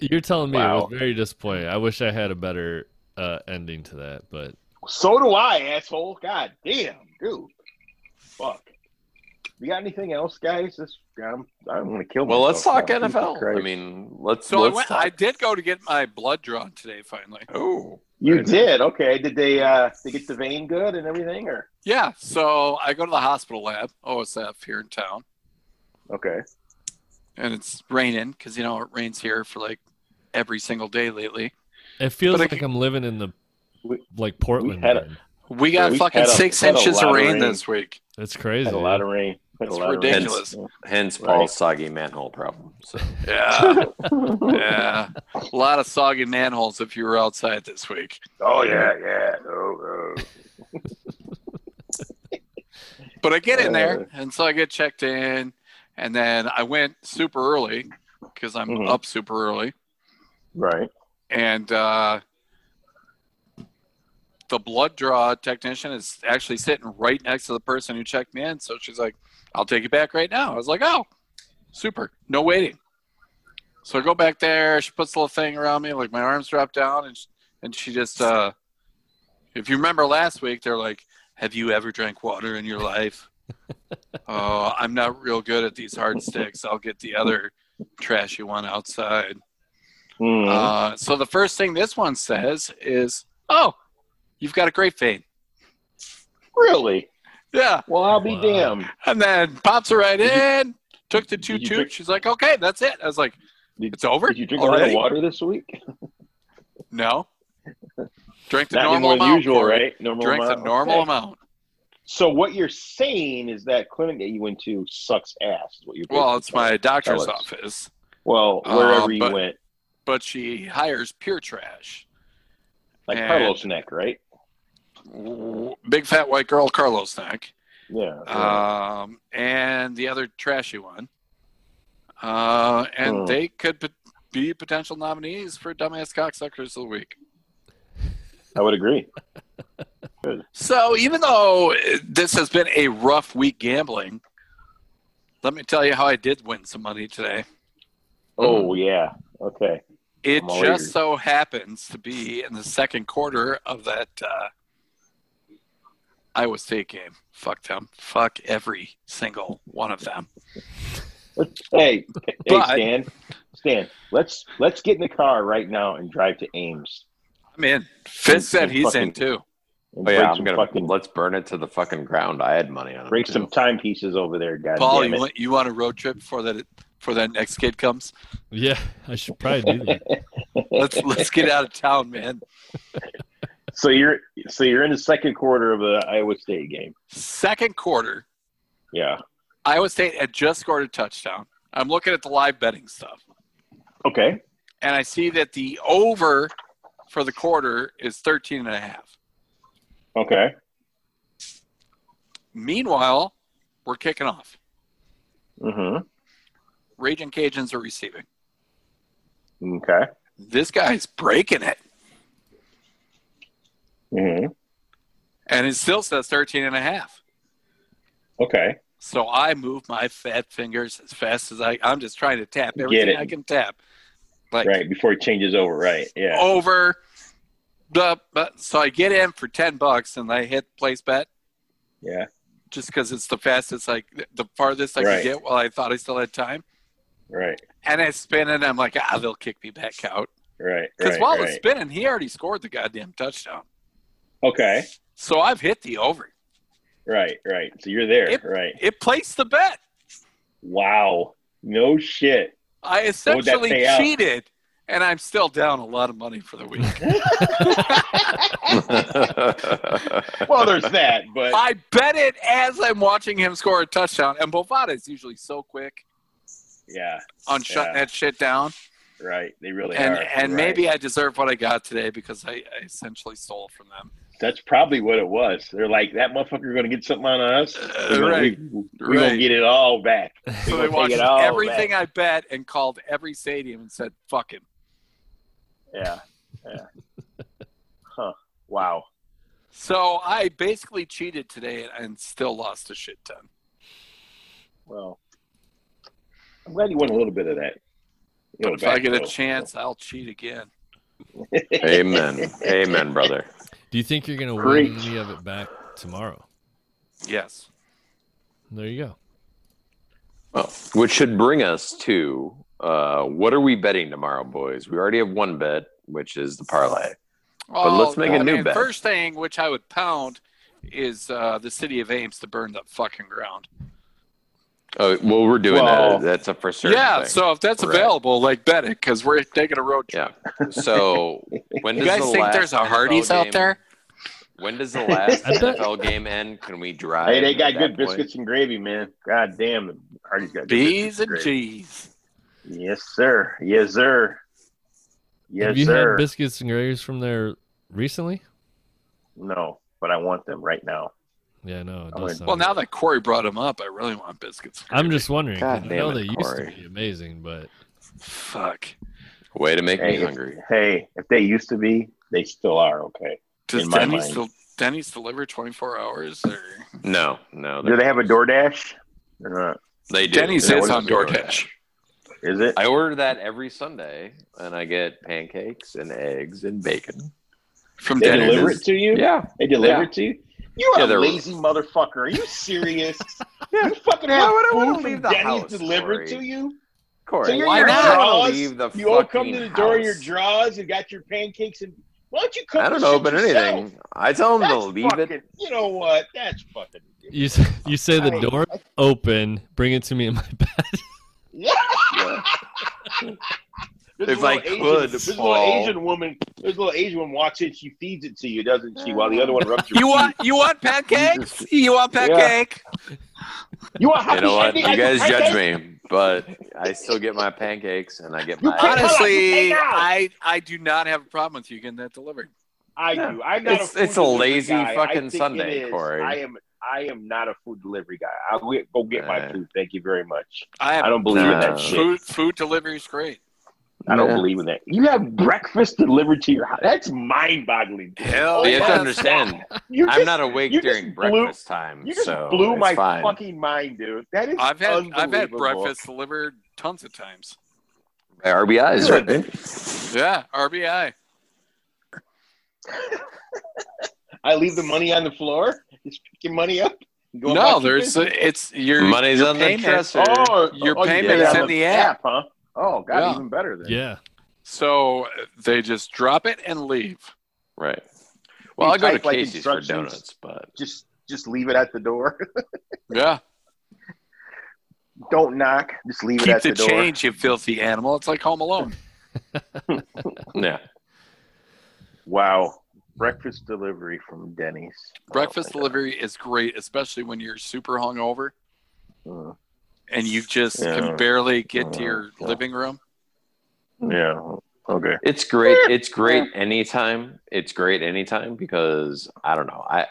H: You're telling me it
D: Wow.
H: was very disappointing. I wish I had a better uh ending to that, but
D: So do I, asshole. God damn, dude. Fuck. You got anything else, guys? This I'm I'm gonna kill
F: Well, let's
D: myself
F: talk
D: now. Oh, Jesus
F: NFL. I
D: Christ.
F: mean, let's.
E: So I
F: let's
E: went
F: talk-
E: I did go to get my blood drawn today finally.
F: Oh,
D: You did okay. Did they uh they get the vein good and everything, or
E: Yeah, so I go to the hospital lab, OSF here in town,
D: okay?
E: and it's raining because you know it rains here for like every single day lately.
H: It feels
E: But I
H: like I'm living in the
D: We-
H: like Portland.
D: had a-
H: man.
E: We got
D: we've
E: fucking
D: had a-
E: six
D: had a
E: inches
D: lot
E: of
D: of
E: rain,
D: rain.
E: this week.
H: That's crazy.
D: Had a lot of rain. Had
E: That's
D: a lot of rain.
E: ridiculous.
F: Hence
D: Right.
F: Paul's soggy manhole problem. So
E: Yeah, yeah, a lot of soggy manholes if you were outside this week.
J: Oh yeah, yeah. Oh, oh.
E: But I get in there, and so I get checked in, and then I went super early because I'm
D: Mhm.
E: up super early,
D: Right.
E: and uh, the blood draw technician is actually sitting right next to the person who checked me in. So she's like, "I'll take you back right now." I was like, "Oh, super, no waiting." So I go back there. She puts a little thing around me, like my arms drop down, and she, and she just, uh, if you remember last week, they're like, "Have you ever drank water in your life?" oh, I'm not real good at these hard sticks. I'll get the other trashy one outside.
D: Mm.
E: Uh, so the first thing this one says is, "Oh, you've got a great vein."
D: really?
E: Yeah,
D: Well, I'll be
H: Wow.
D: damned.
E: and then pops her right in. Took the two
D: Did you
E: tubes.
D: drink-
E: She's like, "Okay, that's it." I was like,
D: Did-
E: "It's over
D: Did you drink
E: already?"
D: a lot of water this week?
E: No.
D: [LAUGHS]
E: Drink the
D: Not any
E: normal
D: more than
E: amount.
D: usual,
E: Corey.
D: right? Normal
E: Drink
D: amount?
E: the normal
D: Okay.
E: amount.
D: So what you're saying is that clinic that you went to sucks ass. Is what you're basically
E: Well, it's my
D: saying.
E: doctor's
D: Tell us.
E: office,
D: well
E: uh,
D: wherever you
E: but-
D: went,
E: but she hires pure trash.
D: like
E: and-
D: Carlos Neck, right?
E: Big fat white girl, Carlos Neck.
D: Yeah.
E: um, and the other trashy one. Uh, and
D: Hmm.
E: they could pot- be potential nominees for Dumbass Cocksuckers of the Week.
D: I would agree.
E: So even though uh, this has been a rough week gambling, let me tell you how I did win some money today.
D: Oh yeah. Okay.
E: It
D: I'm all
E: just
D: ears.
E: so happens to be in the second quarter of that uh, Iowa State game. Fuck them. Fuck every single one of them.
D: Hey, hey,
E: But-
D: Stan. Stan, let's let's get in the car right now and drive to Ames
E: I'm in. Fitz said
D: Fucking-
E: he's in too.
D: and
F: oh, yeah,
D: break
F: I'm
D: some
F: gonna
D: fucking
F: let's burn it to the fucking ground. I had money on it.
D: break
F: too.
D: some timepieces over there, guys.
E: Paul, you want, you want a road trip before that before that next kid comes?
H: yeah, I should probably
D: [LAUGHS]
H: do that.
E: Let's let's get out of town, man.
D: so you're so you're in the second quarter of the Iowa State game.
E: Second quarter,
D: Yeah.
E: Iowa State had just scored a touchdown. I'm looking at the live betting stuff,
D: Okay.
E: and I see that the over for the quarter is 13 and a half.
D: Okay.
E: Meanwhile, we're kicking off.
D: Mm-hmm.
E: Raging Cajuns are receiving.
D: Okay.
E: This guy's breaking it,
D: Mm-hmm.
E: and it still says 13 and a half.
D: Okay.
E: So I move my fat fingers as fast as I. I'm just trying to tap everything
D: it.
E: I can tap. Like
D: Right before it changes over. Right. Yeah.
E: over. Blah, blah. So I get in for ten bucks, and I hit place bet
D: Yeah.
E: just because it's the fastest, like the farthest I
D: Right.
E: could get. While I thought I still had time,
D: Right.
E: and I spin it. And I'm like, ah, they'll kick me back out
D: Right.
E: because
D: Right.
E: while it's
D: right.
E: spinning, he already scored the goddamn touchdown.
D: Okay.
E: So I've hit the over.
D: Right. Right. So you're there.
E: It-
D: right.
E: It placed the bet.
D: Wow. No shit.
E: I
D: What would that
E: essentially
D: pay out?
E: cheated, and I'm still down a lot of money for the
D: [LAUGHS]
E: week.
D: [LAUGHS] Well, there's that, but
E: I bet it as I'm watching him score a touchdown. And Bovada is usually so quick
D: yeah.
E: on shutting
D: Yeah.
E: that shit down.
D: Right. They really
E: and
D: are.
E: and
D: Right.
E: maybe I deserve what I got today because I, I essentially stole from them.
D: That's probably what it was. They're like, that motherfucker going to get something on us.
E: Uh,
D: We're gonna-
E: right.
D: We, are going
E: Right.
D: to get it all [LAUGHS] back.
E: So
D: gonna
E: they
D: take
E: watched
D: it all
E: everything I bet and called every stadium and said, "Fuck him."
D: Yeah. Yeah. [LAUGHS] huh. Wow.
E: So I basically cheated today and still lost a shit ton.
D: Well, I'm glad you won a little bit of that.
E: But if I get a chance, I'll cheat again.
F: [LAUGHS] Amen. Amen, brother.
H: Do you think you're gonna win
D: Preach.
H: any of it back tomorrow?
E: Yes.
H: There you go.
F: Well, which should bring us to uh, what are we betting tomorrow, boys? We already have one bet, which is the parlay. But let's make a new
E: and
F: bet.
E: First thing which I would pound is uh, the city of Ames to burn the fucking ground.
F: Oh, well, we're doing
G: Well-
F: that. That's a for certain.
E: yeah,
F: thing.
E: so if that's
F: Right.
E: available, like bet it because we're taking a road trip.
F: yeah.
D: [LAUGHS]
F: So when
E: You
F: does
E: guys
F: the
E: think
F: last
E: there's a Hardee's
F: NFL
E: out
F: game-
E: there?
F: When does the last
H: [LAUGHS] I bet-
F: NFL game end? Can we drive?
D: Hey, they
F: at
D: got
F: that
D: good
F: point?
D: biscuits and gravy, man. God damn, the Hardy's got good biscuits
E: B's and
D: gravy.
E: G's.
D: Yes, sir. Yes, sir.
H: Have
D: Yes,
H: you
D: sir.
H: had biscuits and gravies from there recently?
D: no, but I want them right now.
H: Yeah, no, it
D: I
H: does
D: went-
H: sound
E: Well, now
H: good.
E: that Corey brought them up, I really want biscuits. and
H: I'm
E: gravy.
H: just wondering. 'cause
F: God
H: I know
F: damn it,
H: they used to
F: Corey.
H: be amazing, but
E: fuck.
F: Way to make
D: Hey,
F: me
D: if-
F: hungry.
D: hey, if they used to be, they still are okay.
E: Does
D: in my
E: Denny's
D: mind.
E: del- Denny's deliver 24 hours? Or...
F: No, no.
D: Do they have a DoorDash? Or not?
F: They do.
E: Denny's
F: They
E: is
F: order
E: on
F: DoorDash.
E: DoorDash.
D: Is it?
F: I order that every Sunday, and I get pancakes and eggs and bacon.
E: From
D: they
F: Denny's.
D: deliver
E: Denny's.
D: it to you?
F: Yeah,
D: They deliver
F: Yeah.
D: it to you? You are
F: Yeah,
D: a
F: they're-
D: lazy motherfucker. Are you serious?
F: [LAUGHS] Yeah.
D: You fucking
F: Why
D: have
F: would I
D: food
F: wanna
D: from
F: leave the
D: Denny's
F: house,
D: delivered
F: Corey?
D: to you?
F: Corey.
D: So you're
F: why
D: in your
F: not
D: drawers?
F: leave the
D: You all come
F: fucking
D: to the door of your
F: house?
D: drawers and got your pancakes and why don't you cook?
F: I don't
D: the
F: know,
D: shit
F: but
D: yourself?
F: anything. I tell them
D: That's
F: to leave
D: fucking,
F: it.
D: You know what? That's fucking. ridiculous.
H: you s- [LAUGHS] you say the door open, bring it to me in my [LAUGHS] bed.
D: Yeah. [LAUGHS] There's a
F: If I
D: little Asian-
F: could,
D: there's a
F: Paul.
D: little Asian woman. There's a little Asian woman walks in. She feeds it to you, doesn't she? While the other one rubs your
E: You
D: feet.
E: want
D: [LAUGHS]
E: you want pancakes? You want
D: Yeah.
E: pancake?
D: You want
F: [LAUGHS] You
D: happy
F: know what?
D: ending?
F: You
D: I can
F: guys judge
D: pancake?
F: me, but I still get my pancakes and I get
D: You
F: my.
D: can't-
E: Honestly,
D: Take out.
E: I I do not have a problem with you getting that delivered.
D: I
F: [LAUGHS]
D: do. I'm not.
F: It's-
D: a food
F: it's a
D: delivery
F: lazy
D: guy. I
F: fucking
D: think it
F: Sunday,
D: is.
F: Corey.
D: I am. I am not a food delivery guy. I will go get my
F: Nah.
D: food. Thank you very much.
E: I have
D: I don't believe in
F: Nah.
D: that Oh, shit.
E: food food delivery is great.
D: I don't
F: Nah.
D: believe in that. You have breakfast delivered to your house. That's mind-boggling.
E: Hell
F: You have
E: yes.
F: to understand.
D: [LAUGHS] You
F: I'm
D: just-
F: not awake
D: you just
F: during
D: blew-
F: breakfast time,
D: You just
F: so
D: blew
F: it's
D: my
F: fine.
D: fucking mind, dude. That is
E: I've had I've had
D: unbelievable.
E: breakfast delivered tons of times.
F: RBIs,
D: Good.
F: right?
E: Yeah, RBI.
D: I leave the money on the floor. Just pick your money up. and go
E: No,
D: about your
E: there's uh,
D: business.
E: it's your
F: Money's
E: your
F: on the
E: payment-
F: dresser.
D: oh,
E: your
D: oh, you
E: payment
D: did
E: is
D: it
E: in
D: on
E: the app.
D: huh? Oh, god,
E: Yeah.
D: even better then.
H: Yeah,
E: So they just drop it and leave.
F: Right. Well, I'll go to
D: type, like,
F: Casey's for
D: instructions.
F: donuts, but
D: Just just leave it at the door. [LAUGHS]
E: Yeah.
D: Don't knock. Just leave it
E: Keep
D: at
E: the,
D: the, door.
E: change, you filthy animal. It's like Home Alone.
F: yeah.
D: Wow. Breakfast delivery from Denny's.
E: Breakfast
D: Oh, my God.
E: delivery is great, especially when you're super hungover
D: Mm,
E: and you just
D: Yeah.
E: can barely get to
D: Yeah.
E: your
D: Yeah.
E: living room.
D: Yeah. Okay.
F: It's great. It's great anytime. It's great anytime because I don't know. I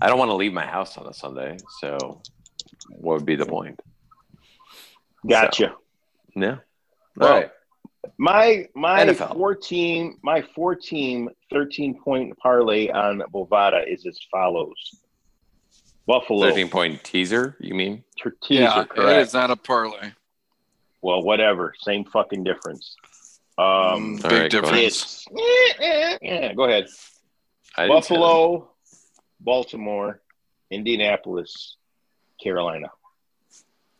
F: I don't want to leave my house on a Sunday, so what would be the point?
D: Gotcha.
F: No. All
D: Well,
F: right.
D: My my
F: NFL.
D: four team my four team thirteen point parlay on Bovada is as follows. Buffalo.
F: Thirteen point teaser. You mean?
D: Ter- teaser,
E: Yeah, it
D: correct.
E: is not a parlay.
D: Well, whatever. Same fucking difference. Um,
F: All
E: Big
F: right, go ahead.
E: difference.
D: it's eh, eh, eh. go ahead.
F: I didn't say that.
D: Buffalo, Baltimore, Indianapolis, Carolina.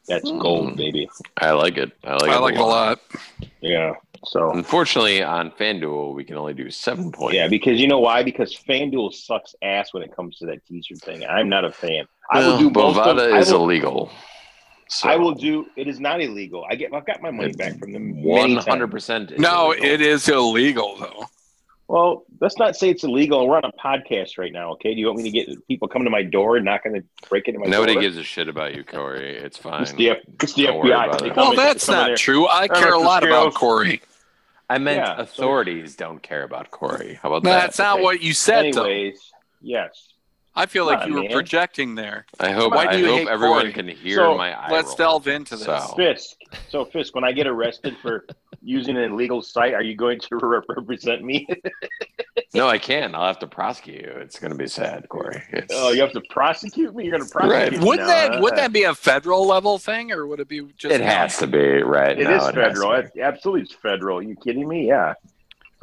D: That's
F: Hmm.
D: gold, baby.
F: I like it. I like,
E: I like it a lot.
D: Yeah. So
F: Unfortunately, on FanDuel, we can only do seven points.
D: yeah, because you know why? Because FanDuel sucks ass when it comes to that teaser thing. I'm not a fan. I will do most of,
F: Bovada
D: I
F: is
D: will-
F: illegal. So
D: I will do. It is not illegal. I get. I've got my money back from them.
F: One
D: many times.
F: hundred percent.
E: No, it is illegal though.
D: Well, let's not say it's illegal. We're on a podcast right now. Okay. Do you want me to get people coming to my door and not going to break into my
F: Nobody
D: door?
F: gives a shit about you, Corey.
D: [LAUGHS]
F: It's fine.
D: It's the, F- it's the
F: Don't worry
D: FBI.
F: about
D: They
F: it.
D: come
E: Well,
D: in-
E: that's
D: come in
E: not
D: there.
E: true. I
D: Come
E: care a
D: here,
E: lot about
D: Scales.
E: Corey.
F: I meant
D: Yeah, so-
F: authorities don't care about Corey. How about
E: No,
F: that?
E: that's not what you said though.
D: Anyways, yes.
E: I feel like
D: Come on,
E: you were
D: man.
E: projecting there.
F: I hope.
E: Why do
F: I
E: you
F: hope
E: hate
F: everyone
E: Corey?
F: can hear
D: So,
F: my eye
E: Let's
F: roll.
E: delve into this.
F: So-
D: Fisk. So Fisk, when I get arrested for using an illegal site, are you going to [LAUGHS] re- represent me?
F: No, I can. I'll have to prosecute you. It's going to be sad, Corey. It's,
D: oh, you have to prosecute me. You're going to prosecute
F: Right.
D: me.
E: Wouldn't
D: now,
E: that
D: huh?
E: would that be a federal level thing or would it be just
F: It has to be right.
D: It is
F: now. has to
D: federal.
F: be.
D: It absolutely it's federal. you kidding me? Yeah.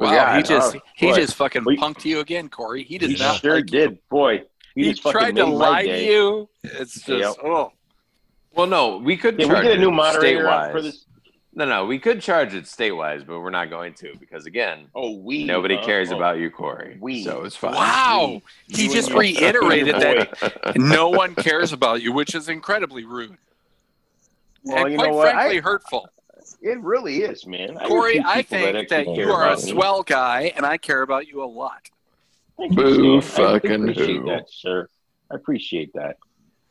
E: Wow,
D: Yeah,
E: he just
D: oh,
E: he
D: boy.
E: just fucking
D: We-
E: punked you again, Corey. He did
D: He
E: not
D: sure
E: like you.
D: did, boy.
E: He,
D: just fucking
E: tried to
D: made my
E: lie to
D: day.
E: you. It's just
D: Yep.
E: oh.
F: Well, no, we could.
D: Can we
F: charge
D: get a new
F: him
D: moderator
F: statewide.
D: for this?
F: No, no, we could charge it state-wise, but we're not going to because again,
D: Oh, we.
F: nobody
D: uh,
F: cares
D: oh.
F: about you, Corey.
D: We.
F: so it's fine.
E: Wow. He
D: You and
E: just
D: your- [LAUGHS]
E: reiterated that no one cares about you, which is incredibly rude
D: Well,
E: and
D: you
E: quite
D: know what?
E: frankly
D: I,
E: hurtful.
D: it really is, man. I
E: Corey,
D: recruit
E: I
D: people
E: think
D: actually
E: that
D: care
E: you are a
D: about me.
E: swell guy, and I care about you a lot.
D: Thank you,
F: Boo
D: Stan. I
F: fucking
D: appreciate
F: who.
D: that, sir. I appreciate that.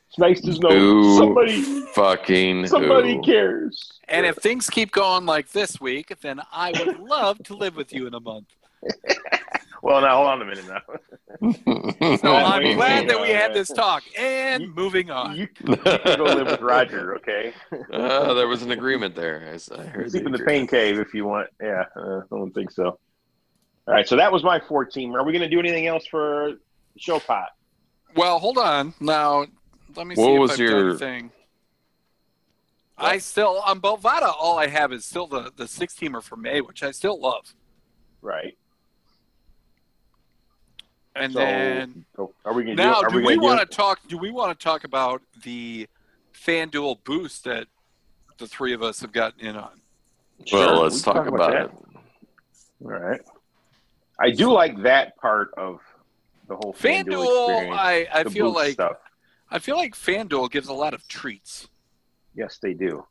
D: It's nice to know
F: Who
D: somebody
F: fucking
D: somebody
F: who? [LAUGHS]
D: cares.
E: And if things keep going like this week, then I would love to live with you in a month.
J: Well, now hold on a minute now.
E: So
D: Oh, Yeah,
E: I'm
D: wait,
E: glad
D: wait,
E: that we
D: uh,
E: had this talk. And moving on.
D: you can go live
F: [LAUGHS]
D: with [LAUGHS] Roger, okay?
F: Uh, there was an agreement there. I, s- I heard
D: Sleep in the
F: agreement.
D: pain cave if you want. Yeah, uh, I don't think so. All right, so that was my 14. Are we going to do anything else for show pot?
E: Well, hold on. Now, let me see
F: What
E: if
F: was
E: I've
F: your-
E: done thing. I still on Bovada. All I have is still the the six teamer for May, which I still love.
D: Right.
E: And
D: So,
E: then
D: So Oh, are we going to
E: now,
D: do, are
E: do
D: gonna
E: we want to talk? Do we want to talk about the FanDuel boost that the three of us have gotten in on?
F: Well,
D: Sure,
F: let's
D: we
F: talk,
D: can talk
F: about,
D: about
F: it.
D: All right. I do like that part of the whole FanDuel
E: FanDuel,
D: experience.
E: I I
D: the
E: feel
D: booth
E: like
D: stuff.
E: I feel like FanDuel gives a lot of treats.
D: Yes, they do.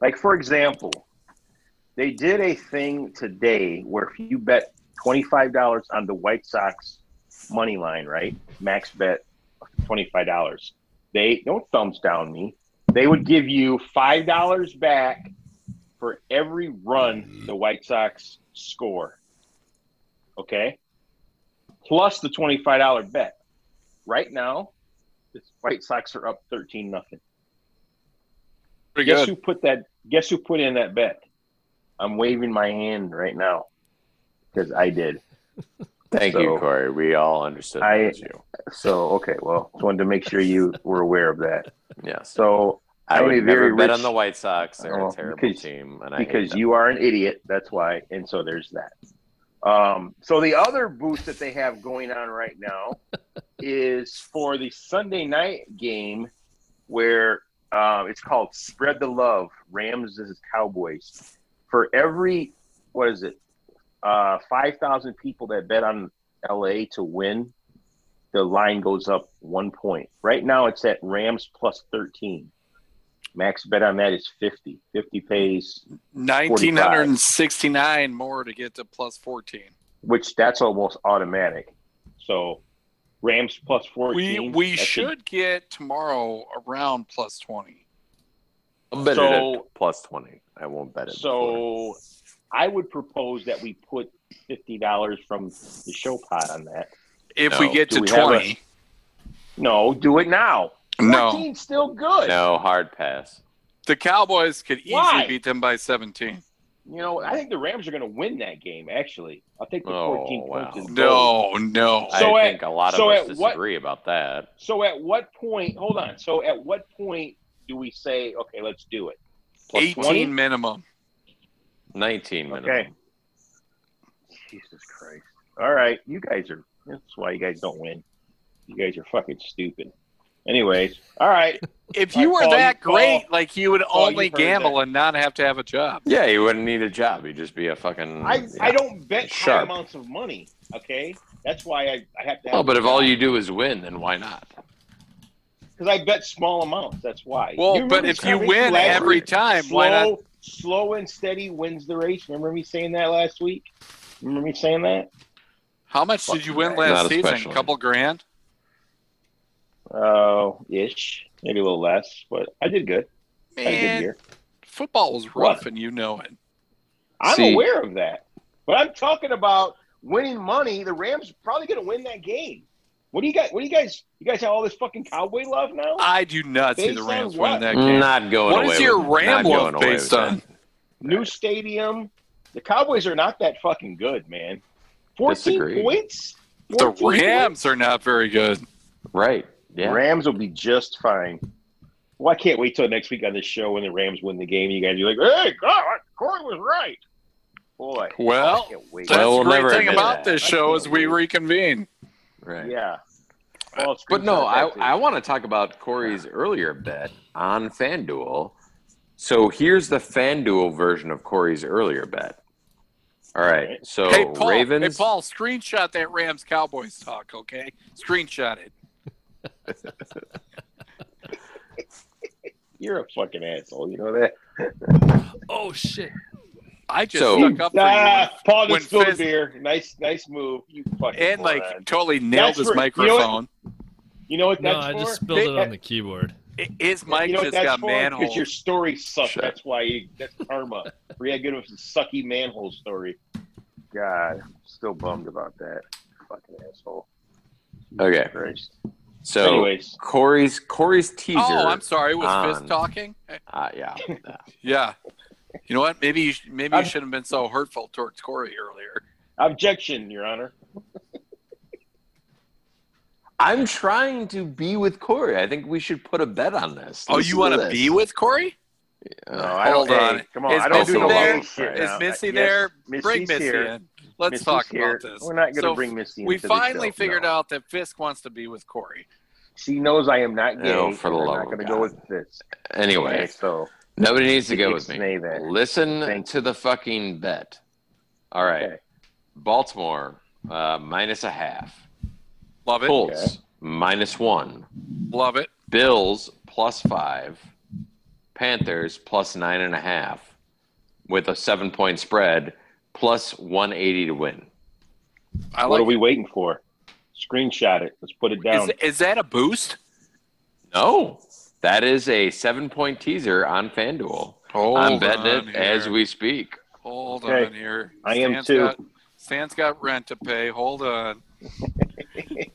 D: Like for example, they did a thing today where if you bet twenty five dollars on the White Sox money line, right? Max bet twenty five dollars. They don't thumbs down me. They would give you five dollars back for every run the White Sox score. Okay? Plus the twenty five dollar bet. Right now, the White Sox are up thirteen nothing.
E: Pretty
D: Guess
E: good.
D: who put that? Guess who put in that bet? I'm waving my hand right now because I did.
F: Thank you,
D: So-
F: Corey. We all understood
D: I-
F: that you.
D: So okay, well, just wanted to make sure you were aware of that.
F: Yes.
D: So
F: I
D: I'm
F: would
D: a
F: never
D: very
F: bet
D: rich-
F: on the White Sox. They're
D: Oh,
F: a terrible
D: because-
F: team, and I
D: because
F: hate
D: you are an idiot, that's why. And so there's that. Um, so the other boost that they have going on right
F: [LAUGHS]
D: now is for the Sunday night game where um, it's called Spread the Love Rams versus Cowboys. For every, what is it, uh, 5,000 people that bet on LA to win, the line goes up one point. Right now it's at Rams plus 13. Max bet on that is 50. 50 pays
E: 1969 more to get to plus 14.
D: which that's almost automatic. So Rams plus fourteen.
E: We we
D: that's a-
E: should get tomorrow around plus 20.
F: I'll bet it
D: so-
F: at plus twenty. I won't bet it. before.
D: so I would propose that we put fifty dollars from the show pot on that.
E: If we
F: No.
E: get
D: Do
E: to
D: we have
E: 20.
D: No, do it now.
E: No.
D: 14's still good.
F: no hard pass.
E: The Cowboys could easily
D: Why?
E: beat them by 17.
D: You know, I think the Rams are going to win that game. Actually, I'll take the
F: Oh,
D: fourteen
F: wow.
D: points. as gold.
E: No, no.
D: So
F: I
D: at-
F: think a lot of
D: so
F: us
D: at what-
F: disagree about that.
D: So at what point? Hold on. So at what point do we say, okay, let's do it? Plus
E: 18
D: 20?
E: minimum.
F: Nineteen minutes.
D: Okay. Jesus Christ. All right. You guys are, that's why you guys don't win. You guys are fucking stupid. Anyways, all
E: [LAUGHS]
D: right.
E: If
D: All
E: you
D: right,
E: were
D: Paul,
E: that
D: you- Paul-
E: great, like you would
D: Paul,
E: only
D: you've heard
E: gamble
D: that.
E: and not have to have a job.
F: Yeah, you wouldn't need a job. You'd just be a fucking.
D: I, I
F: yeah.
D: don't bet
F: Sharp.
D: high amounts of money. Okay. That's why I, I have to have.
F: Well, but if all you do is win, then why not?
D: Because I bet small amounts. That's why.
E: Well,
D: You
E: but
D: remember
E: if
D: Scotty
E: you win
D: last
E: every
D: year?
E: time,
D: slow,
E: why not?
D: Slow and steady wins the race. Remember me saying that last week? Remember me saying that?
E: How much did you win
F: Not
E: last season?
F: especially.
E: A couple grand?
D: Uh, ish. Maybe a little less, but I did good. I had a good
E: Man,
D: year.
E: football was rough
D: What?
E: and you know it.
D: I'm
F: See-
D: aware of that. But I'm talking about winning money. The Rams are probably going to win that game. What do you guys? What do you guys? You guys have all this fucking cowboy love now?
E: I do not see
D: Based
E: the
D: on
E: Rams
D: what?
F: Mm.
E: winning that game.
F: Not going
E: What
F: away.
E: is your
F: with,
E: Ram
F: not going
E: love
F: away
E: based
F: with
E: on?
D: New stadium. The Cowboys are not that fucking good, man. Fourteen
F: Disagree.
D: points.
E: The
D: 14
E: Rams are not very good.
F: that. Right. Yeah.
D: Rams will be just fine. Well, I can't wait till next week on this show when the Rams win the game. You guys be like, "Hey, God, Corey was right." Boy,
E: Well,
D: I can't wait.
E: That's
F: Well, we'll
E: the great
F: never
E: thing
F: admit
E: about
F: that.
E: this show is we reconvene.
F: Right.
D: yeah. Well,
F: uh, But no,
D: screenshot
F: I,
D: that, too.
F: I want to talk about Corey's earlier bet on FanDuel. So here's the FanDuel version of Corey's earlier bet. All right. So
E: hey Paul,
F: Oh, Ravens.
E: hey Paul, screenshot that Rams Cowboys talk, okay? Screenshot it.
D: You're a fucking asshole. You know that.
H: Oh shit!
E: I just
F: So-
E: stuck up for you
D: Ah, Paul
E: When
D: just spilled
E: Fizz-
D: beer. Nice, nice move. You fucking
E: and like
D: moron.
E: totally nailed
D: That's
E: his
D: for- you know what-
E: microphone.
D: you know what
H: No,
D: that's
H: I
D: for?
H: just spilled
E: They-
H: it on the keyboard.
E: I- His mic
D: you know what
E: just
D: that's
E: got
D: for? Because your
E: manholed.
D: story sucked.
F: Shut.
D: That's why you, that's karma. [LAUGHS] We had good with a sucky manhole story. God, I'm still bummed about that. Fucking asshole.
F: Okay.
D: Christ.
F: So
D: Anyways.
F: Corey's Corey's teaser.
E: Oh, I'm sorry. Was
F: on.
E: Fizz talking?
F: uh, yeah.
E: Yeah. You know what? Maybe you, sh- maybe you
D: I'm-
E: shouldn't have been so hurtful towards Corey earlier.
D: Objection, Your Honor.
F: I'm trying to be with Corey. I think we should put a bet on this.
E: Oh,
F: Listen
E: you want to
F: this.
E: be with Corey?
F: Uh,
E: Oh,
D: No, I don't.
E: hold on.
D: hey, come on.
E: Is
D: I don't
F: Missy
D: do no
F: there?
D: bullshit
F: Is
D: now.
E: Is Missy
D: Yes,
E: there?
D: Missy's
E: Bring Missy
D: here.
E: in. Let's
D: Missy's
E: talk
D: here.
E: about this.
D: We're not going to
E: So
D: bring Missy.
E: We
D: into
E: finally
D: the show,
E: figured
D: no.
E: out that Fisk wants to be with Corey.
D: She knows I am not gay.
F: No, for the
D: and
F: love
D: I'm
F: of
D: not going to
F: God.
D: go with this.
F: Anyway,
D: so
F: nobody needs to
D: you
F: go
D: can
F: with me.
D: say that.
F: Listen
D: Thank
F: to the fucking bet. All right.
D: Okay.
F: Baltimore uh, minus a half.
E: Love it.
F: Colts minus one.
E: Love it.
F: Bills plus five, Panthers plus nine and a half, with a seven point spread, plus 180 to win.
E: I
D: what
E: like
D: are we waiting for? Screenshot it. Let's put it down.
E: Is, is that a boost?
F: No, that is a seven point teaser on FanDuel.
E: Hold
F: I'm betting
E: on
F: it as
E: here.
F: we speak.
E: Hold
D: Okay.
E: on here.
D: I am
E: Stan's
D: too.
E: Got, Stan's got rent to pay. Hold uh, on.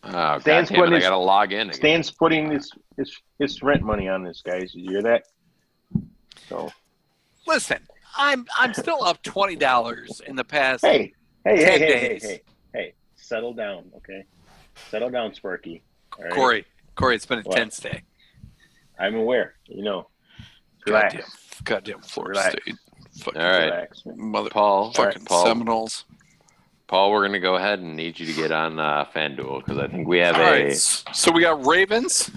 F: Oh,
D: Stan's
F: goddamn it,
D: putting
F: I
D: his-
F: got to log in. Again.
D: Stan's putting his, his his rent money on this, guys. You hear that? So
E: Listen, I'm I'm still up twenty dollars in the past.
D: hey, hey, hey, hey,
E: Ten
D: hey,
E: days.
D: hey, hey, settle down, okay? Settle down, Sparky. All right?
E: Corey, Corey, it's been a
D: What?
E: tense day.
D: I'm aware. You know. Relax.
E: Goddamn, goddamn Florida
D: Relax.
E: State, fucking
F: All right,
D: Relax. man.
E: mother,
F: Paul.
E: fucking
F: Paul,
E: Seminoles.
F: Paul, we're going to go ahead and need you to get on uh, FanDuel because I think we have
E: All
F: a.
E: right, s- so we got Ravens.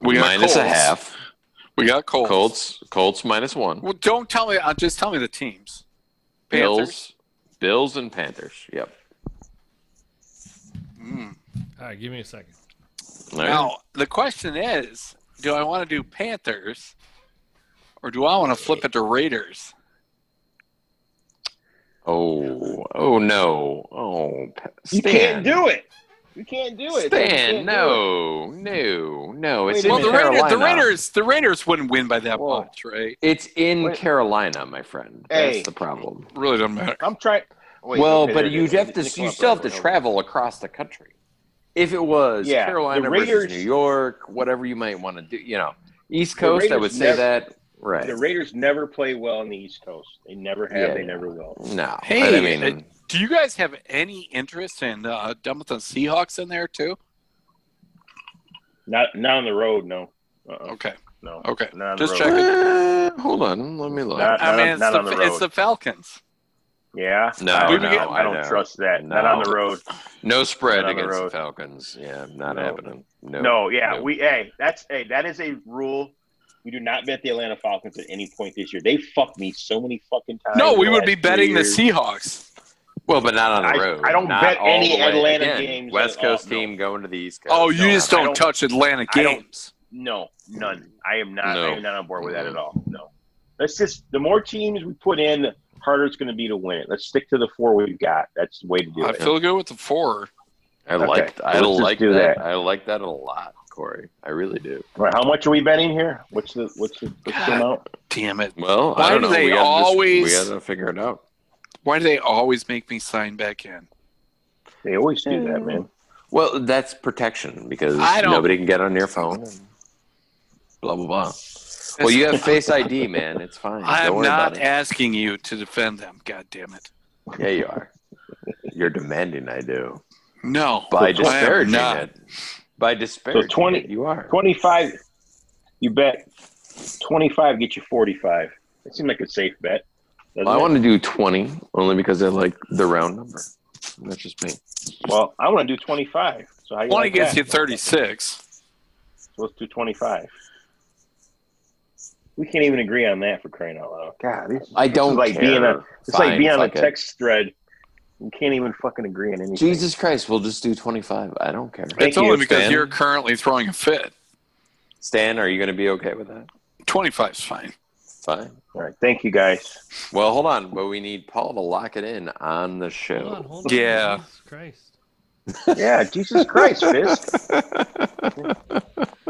E: We got
F: minus a
E: Colts.
F: half.
E: We got Colts.
F: Colts. Colts minus one.
E: Well, don't tell me. Uh, just tell me the teams. Panthers.
F: Bills. Bills and Panthers. Yep.
E: Mm.
H: All right, give me a second.
F: All right.
E: Now the question is, do I want to do Panthers, or do I want to flip it to Raiders?
F: Oh, oh no. Oh, Pa- Stan.
D: You can't do it. You can't do it. You
F: Stan,
D: can't do it.
F: no, no, no. It's
D: Wait a
F: in
D: minute.
E: Well, the, Raiders,
F: Carolina.
E: the Raiders, the Raiders wouldn't win by that
D: Whoa.
E: much, right?
F: It's in
D: Wait.
F: Carolina, my friend.
D: Hey.
F: That's the problem.
E: Really doesn't matter.
D: I'm trying. Wait,
F: well,
D: okay,
F: but
D: there it
F: you
D: is.
F: have to,
D: Nick
F: you
D: Lopez,
F: still have to
D: whatever.
F: travel across the country. If it was
D: Yeah, the
F: Carolina
D: Raiders-
F: versus New York, whatever you might want to do, you know, East
D: The
F: Coast, I
D: Raiders
F: would say
D: never-
F: that. Right.
D: The Raiders never play well on the East Coast. They never have.
F: Yeah.
D: They never will.
F: no.
E: Hey,
F: I mean,
E: it- Do you guys have any interest in uh, Dumbleton Seahawks in there too?
D: Not not on the road. No. Uh-uh.
E: Okay,
D: No.
E: okay.
D: Not on
E: Just
D: the road.
E: checking.
F: eh, hold on. Let me look.
D: Not,
E: I
D: not,
E: mean,
D: on-
E: it's,
D: not
E: the,
D: on the
E: it's
D: road.
E: the Falcons.
D: yeah.
F: No,
D: I don't,
E: no,
D: know.
F: I
D: I don't
F: know.
D: trust that.
F: No.
D: Not on the road.
F: no spread
D: Not on the
F: against the,
D: road.
F: Falcons. Yeah, not
D: No.
F: happening. No.
D: No. Yeah.
F: No.
D: We. Hey, that's hey. That is a rule. We do not bet the Atlanta Falcons at any point this year. They fucked me so many fucking times.
E: No, we
D: the
E: would
D: last
E: be
D: three
E: betting the
D: years.
E: Seahawks.
F: Well, but not on the
D: I-
F: road.
D: I don't
F: Not
D: bet
F: all
D: any
F: the way.
D: Atlanta
F: Again,
D: games
F: West
D: at all,
F: Coast team going to the East Coast.
E: Oh, you just
D: I
E: don't,
D: don't-
E: touch Atlanta
D: I don't-
E: games.
D: No, none. I am not. I
F: No.
D: am not on board with that at all. No. Let's just the more teams we put in, the harder it's going to be to win it. Let's stick to the four we've got. That's the way to do
E: I
D: it.
E: feel good with the four.
F: I like.
D: Okay,
F: I
D: let's just
F: like
D: do
F: that.
D: that.
F: I like that a lot, Corey. I really do.
D: Right, how much are we betting here? What's the what's the, what's the
E: God.
D: amount?
E: Damn it!
F: Well,
E: Why
F: I don't
E: do
F: know.
E: they
F: we gotta just-
E: always-
F: we gotta figure it out.
E: Why do they always make me sign back in?
D: They always do that, man.
F: Well, that's protection because
E: I don't-
F: nobody can get on your phone. And blah blah blah. Well, you have Face ID,
E: [LAUGHS]
F: man. It's fine. don't
E: I'm
F: worry
E: not
F: About it.
E: asking you to defend them. God damn it!
F: Yeah, you are. You're demanding I do
E: No, I
F: by
E: am
F: disparaging
E: not.
F: it. By disparaging
D: 20
F: it, you are.
D: Twenty five. You bet twenty five get you forty five. That seems like a safe bet. doesn't
F: I
D: it?
F: want to do 20 only because I like the round number. That's just me.
D: well, I want to do twenty five. So how you
E: Twenty
D: like
E: gets
D: that?
E: you thirty-six.
D: So let's do twenty five. We can't even agree on that for crying out loud. God, this,
F: I
D: this is
F: don't
D: like
F: care.
D: being on. It's like
F: Fine,
D: being on a
F: fuck it.
D: text thread. You can't even fucking agree on anything.
F: Jesus Christ, we'll just do 25. I don't care.
D: Thank
E: it's only
D: you,
E: because
F: Stan.
E: you're currently throwing a fit.
F: Stan, are you going to be okay with that?
E: 25's fine.
F: Fine.
D: All right, thank you guys.
F: Well, hold on, but we need Paul to lock it in on the show.
H: Hold
F: [LAUGHS]
H: on, hold on.
E: Yeah.
H: Jesus Christ.
D: Yeah, Jesus Christ, Fisk.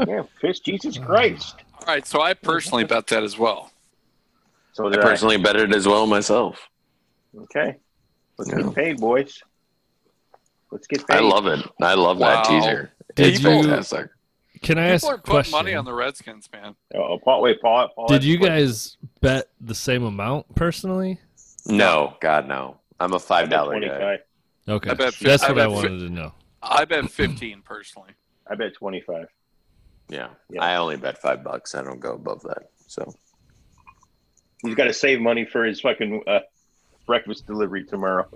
D: yeah, Fisk, Jesus Christ.
E: All right, so I personally bet that as well.
D: So
F: I
D: did I.
F: personally bet it as well myself.
D: Okay, let's
F: Yeah.
D: get paid, boys. Let's get paid.
F: I love it. I love that
E: Wow.
F: teaser.
H: Did
F: It's
H: you-
F: fantastic.
H: Can I ask
E: People
H: a
E: are putting
H: question?
E: money on the Redskins, man.
D: Oh, Paul, wait, Paul. Paul
H: Did you
D: wait.
H: guys bet the same amount personally?
F: No, God, no. I'm a
D: I
F: five
D: bet
F: dollar guy.
D: 25.
H: Okay,
E: I bet fif-
H: that's
E: I
H: what
E: bet
H: I
E: fi-
H: wanted to know.
E: I bet 15 personally.
D: I bet twenty-five.
F: Yeah.
D: Yeah.
F: I only bet five bucks. I don't go above that. So
D: He's got to save money for his fucking uh, breakfast delivery tomorrow.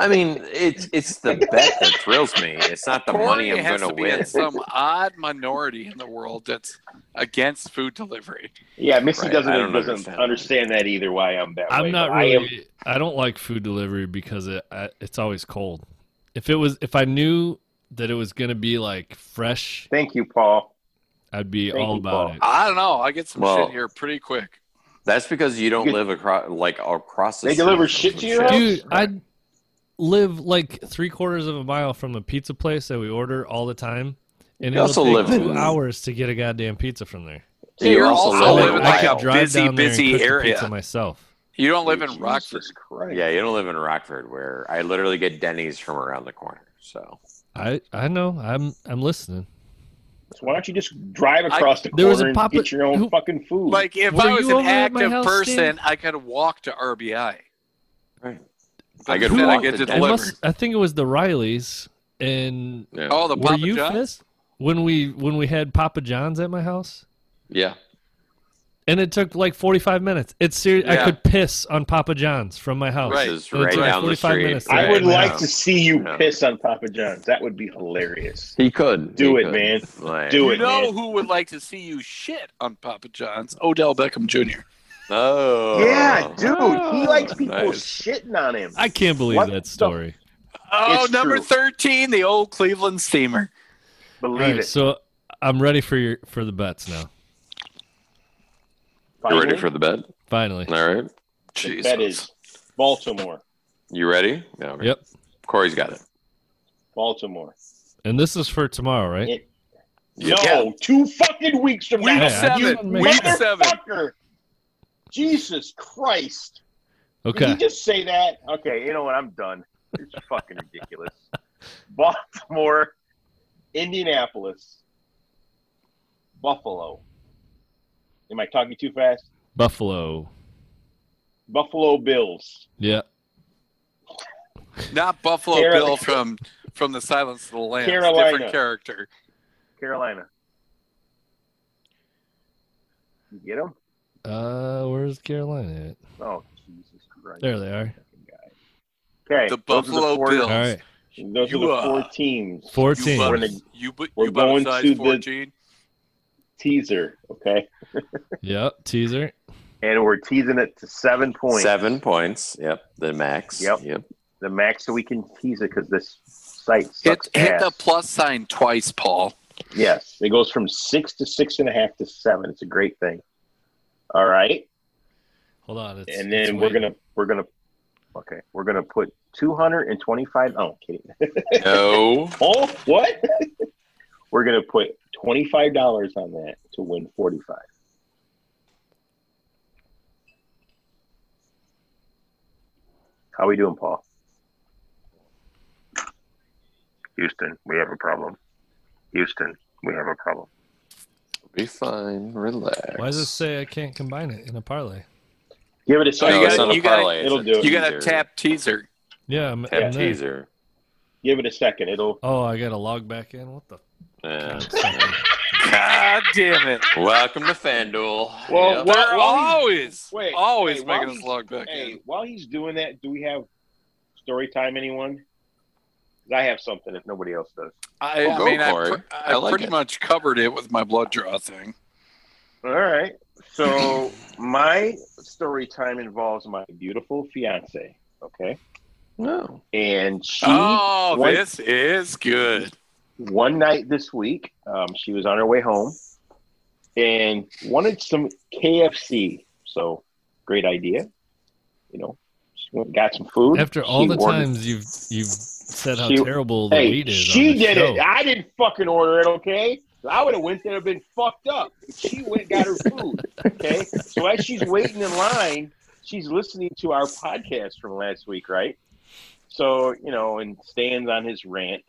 F: I mean, it's it's the bet that thrills me. It's not the money
E: Corey
F: I'm
E: has
F: going to
E: to be
F: win.
E: in some odd minority in the world that's against food delivery.
D: Yeah, Missy
F: Right,
D: doesn't
F: I don't
D: doesn't
F: understand
D: understand,
F: that.
D: that either. Why I'm that way.
H: I'm not
D: but I am-
H: really. I, don't like food delivery because it I, it's always cold. If it was, if I knew that it was gonna be like fresh,
D: thank you, Paul.
H: I'd be
D: Thank
H: all
D: you,
H: about
D: Paul.
H: it.
E: I don't know. I get some
F: Well-
E: shit here pretty quick.
F: That's because you don't
D: You-
F: live across like across. The
D: They
F: street
D: deliver
F: from
D: shit
F: some
D: to your house?
H: Dude, I'd live like three quarters of a mile from a pizza place that we order all the time, and
F: You
H: it'll
F: also
H: take
F: live
H: two
F: in-
H: hours to get a goddamn pizza from there.
F: You
E: You're
F: also
E: also
F: live in
E: living like a
F: Ohio.
E: busy, busy
H: the
E: area.
H: pizza myself.
E: You don't live in
D: Jesus
E: Rockford.
D: Christ.
F: Yeah, you don't live in Rockford, where I literally get Denny's from around the corner. So
H: I I know. I'm I'm listening.
D: So why don't you just drive across the
H: there was a
D: corner and
H: pop-
D: get your own
H: who-
D: fucking food?
E: Like if
H: Were
E: I was
H: you
E: an
H: over at my
E: active
H: house,
E: person,
H: Dan?
E: I could walk to RBI.
F: Right.
E: But
F: I could
E: instead
F: walk
E: I get
F: to
E: to
H: I
F: Denny's.
E: deliver.
H: must. I think it was the Rileys and
F: yeah,
E: Oh, the
H: were
E: Papa
H: you
E: John's?
H: Fizz? when we when we had Papa John's at my house,
F: yeah.
H: and it took like forty five minutes. It's serious. I
E: Yeah.
H: could piss on Papa John's from my house.
E: Right.
F: This is
H: Well,
F: right
H: it's like
F: down the
H: 45
F: street.
H: minutes to
D: I
H: Right,
D: would
H: no.
D: like to see you
F: No.
D: piss on Papa John's. That would be hilarious.
F: He could
D: Do
F: He
D: it,
F: could.
D: man.
F: Like,
D: Do
E: You
D: it,
E: know
D: man.
E: who would like to see you shit on Papa John's? Odell Beckham Jr.
F: Oh,
D: yeah, dude, he likes people
F: Nice.
D: shitting on him.
H: I can't believe
D: What
H: that
D: the-
H: story.
E: Oh,
D: It's
E: number
D: true.
E: thirteen, the old Cleveland Steamer.
H: All
D: Believe
H: right,
D: it.
H: so I'm ready for your for the bets now.
F: You
D: Finally,
F: ready for the bet?
H: Finally,
F: All right,
E: Jesus.
D: that is Baltimore.
F: you ready? Yeah, okay.
H: Yep.
F: Corey's got it.
D: Baltimore.
H: and this is for tomorrow, right?
D: Yeah.
F: Yeah.
D: No, two fucking weeks from
E: Week
D: now.
H: Yeah, I
E: seven.
H: didn't make
E: Week
H: it.
E: seven.
D: Motherfucker. Jesus Christ. Did
H: Okay,
D: you just say that? Okay, you know what? I'm done. It's fucking ridiculous. [LAUGHS] Baltimore, Indianapolis, Buffalo. Am I talking too fast?
H: Buffalo.
D: Buffalo Bills.
H: Yeah,
E: Not Buffalo
D: Carolina.
E: Bill from from the Silence of the Lambs.
D: Carolina.
E: Different character.
D: Carolina. You get them?
H: uh, where's Carolina? At?
D: Oh, Jesus Christ.
H: There they are.
D: Okay.
E: The
D: those are
E: Buffalo
D: four,
H: All
E: Bills.
H: right,
D: Those
E: You,
D: are the
E: uh,
D: four teams.
H: four
E: You
H: teams.
E: bought-
D: We're gonna-
E: You bu-
D: we're
E: you bought
D: going
E: a size
D: to the-
E: fourteen.
D: Teaser, okay?
H: Yep, teaser.
D: And we're teasing it to seven points.
F: Seven points. Yep, the max.
D: Yep. [LAUGHS]
F: Yep.
D: The max that we can tease it because this site
E: Hit,
D: sucks
E: hit
D: ass.
E: the plus sign twice, Paul.
D: Yes, it goes from six to six and a half to seven. It's a great thing. All right,
H: Hold on, it's,
D: and
H: it's
D: then we're
H: waiting.
D: gonna we're gonna okay we're gonna put two hundred and twenty five. Oh, I'm kidding.
F: No.
D: oh, what? [LAUGHS] we're gonna put twenty five dollars on that to win forty five. How we doing, Paul?
J: Houston, we have a problem. Houston, we have a problem.
F: Be fine. Relax.
H: Why does it say I can't combine it in a parlay?
D: Give it a
F: No,
D: second.
E: you
F: it's
E: gotta-
F: not a
E: you gotta-
F: parlay, it's
D: it'll
F: a
D: do it.
E: You got to
F: teaser.
E: tap teaser.
H: Yeah, I'm,
F: Tap
H: I'm there.
F: teaser.
D: Give it a second. It'll
H: Oh, I gotta log back in. What the?
F: Yeah. [LAUGHS]
E: God damn it!
F: Welcome to FanDuel.
D: Well,
F: Yep.
D: what- why-
E: They're always,
D: wait,
E: always
D: hey, why
E: making
D: don't
E: us
D: you-
E: log back
D: Hey,
E: in.
D: while he's doing that, do we have story time? Anyone? I have something if nobody else does.
E: I,
F: Oh,
E: I
F: go
E: mean, I,
F: for
E: pre-
F: it.
E: I,
F: I like
E: pretty
F: it.
E: much covered it with my blood draw thing.
D: All right. So my story time involves my beautiful fiance. Okay. No. And she
E: Oh,
D: What?
E: this is good.
D: one night this week, um, she was on her way home and wanted some KFC. So great idea. You know, she went, got some food.
H: After all
D: She
H: the
D: ordered-
H: times you've you've said how
D: She-
H: terrible the
D: Hey,
H: wheat is,
D: she
H: on the
D: did
H: show.
D: it. [LAUGHS] I didn't fucking order it, okay? I would have went there and been fucked up. She went and got her food, okay? So as she's waiting in line, she's listening to our podcast from last week, right? So, you know, and Stan's on his rant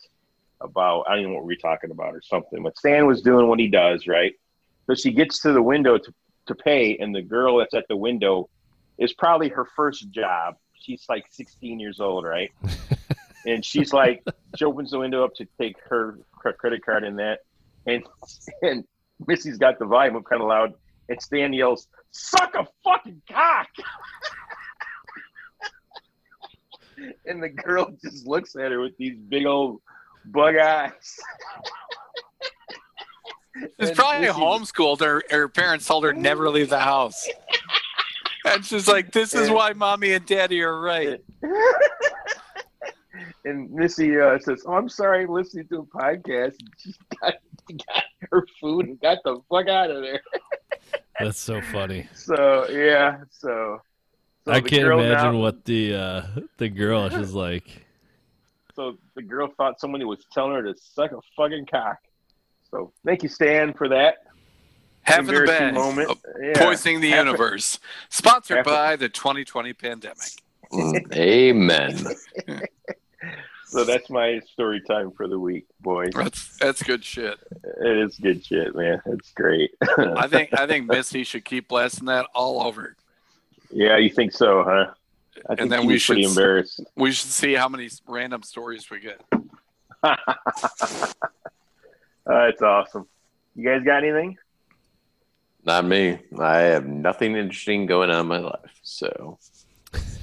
D: about, I don't even know what we are talking about or something, but Stan was doing what he does, right? So she gets to the window to, to pay, and the girl that's at the window is probably her first job. She's like 16 years old, right? [LAUGHS] and she's like, she opens the window up to take her, her credit card and that. And and Missy's got the volume up kind of loud. And Stan yells, Suck a fucking cock. [LAUGHS] and the girl just looks at her with these big old bug eyes.
E: It's
D: And
E: probably
D: Missy-
E: homeschooled. Her, her parents told her never to leave the house. And she's like, this is
D: And-
E: why mommy and daddy are right.
D: and Missy uh, says, "Oh, I'm sorry, I'm listening to a podcast." And she got, got her food and got the fuck out of there.
H: That's so funny.
D: So yeah, so, so
H: I
D: the
H: can't
D: girl
H: imagine
D: now-
H: what the uh, the girl is like.
D: So the girl thought somebody was telling her to suck a fucking cock. So thank you, Stan, for that
E: Half of the
D: embarrassing
E: bag.
D: moment. Yeah.
E: Poisoning the
D: Half a-
E: universe. Sponsored
D: half a-
E: by the 2020 pandemic.
F: Mm, Amen.
D: So that's my story time for the week, boys.
E: That's that's
F: [LAUGHS]
E: good shit.
D: It is good shit, man. It's great.
E: I think I think Missy should keep blasting that all over.
D: yeah, you think so, huh? I think
E: then
D: she
E: we
D: was pretty
E: should-
D: embarrassed.
E: We should see how many random stories we get.
D: That's Uh, awesome. You guys got anything?
F: Not me. I have nothing interesting going on in my life. So,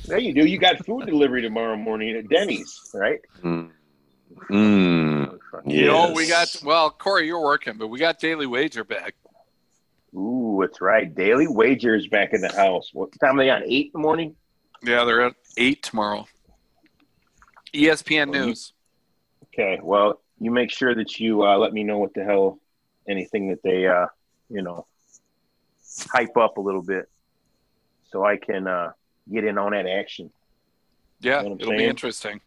D: There you do. You got food delivery tomorrow morning at Denny's, right?
F: mm, mm,
E: You know, we got
F: yes.
E: well, Corey, you're working, but we got Daily Wager back.
D: Ooh, that's right. Daily wagers back in the house. What time are they on? Eight in the morning?
E: Yeah, they're at eight tomorrow. E ESPN
D: Well, you-
E: News.
D: Okay. Well, you make sure that you uh, let me know what the hell anything that they, uh, you know, hype up a little bit, so I can uh, get in on that action. You
E: Yeah,
D: know what I'm
E: it'll be
D: saying?
E: interesting.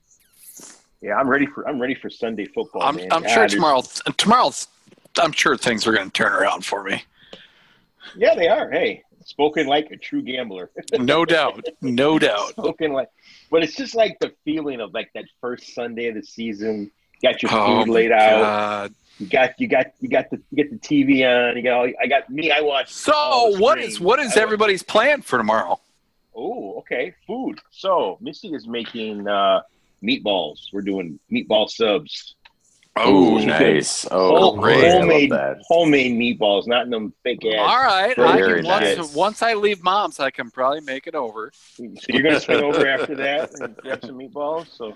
D: Yeah, I'm ready for I'm ready for Sunday football.
E: I'm,
D: man.
E: I'm
D: God,
E: sure
D: it's-
E: tomorrow, tomorrow's, I'm sure things are going to turn around for me.
D: Yeah, they are. Hey, spoken like a true gambler.
E: No doubt,
D: [LAUGHS]
E: no doubt.
D: spoken like but it's just like the feeling of like that first sunday of the season you got your
E: Oh,
D: food laid out
E: God.
D: you got you got you got the you get the tv on you got all, i got me i watch
E: So, what is what is everybody's plan for tomorrow?
D: oh okay food so missy is making uh meatballs we're doing meatball subs
F: Oh,
D: Ooh,
F: nice. Oh,
D: Home-
F: great. I love
D: homemade
F: that.
D: homemade meatballs not in them fake ass
E: All right, I
F: Very
E: can, once,
F: nice.
E: once I leave mom's, I can probably make it over.
D: So you're gonna swing over after that and grab some meatballs so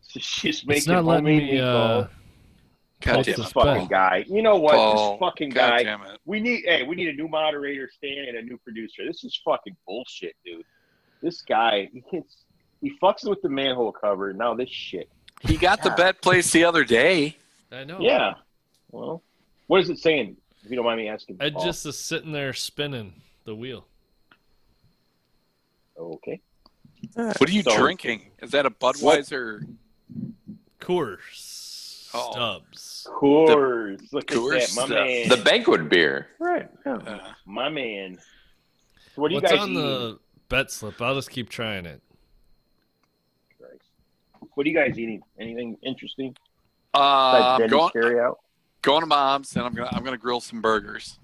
D: so she's making
H: It's not letting
D: homemade
H: me.
D: meatballs
H: Uh,
E: God
H: Pulse
E: damn
H: is
E: it,
H: fucked.
D: fucking guy you know what
E: Paul.
D: this fucking
E: God
D: guy
E: damn it.
D: We need hey, we need a new moderator, Stan, and a new producer. This is fucking bullshit, dude. This guy, he gets he fucks with the manhole cover. Now this shit.
E: He got the bet placed the other day.
H: I know.
D: Yeah. Well, what is it saying? If you don't mind me asking.
H: I
D: Paul?
H: just is sitting there spinning the wheel.
D: Oh, okay.
E: What are you
D: So-
E: drinking? Is that a Budweiser?
H: Course
E: Oh.
H: stubs.
D: Coors, look
E: Coors
D: at that, my
E: stuff.
D: man.
F: The banquet beer. Right.
E: Uh,
D: my man. So what do you
H: What's
D: guys
H: on
D: eating?
H: the bet slip? I'll just keep trying it.
D: What are you guys eating? Anything interesting?
E: uh,
D: Besides
E: I'm
D: Denny's
E: going,
D: carry out.
E: going to mom's, and I'm gonna I'm gonna grill some burgers,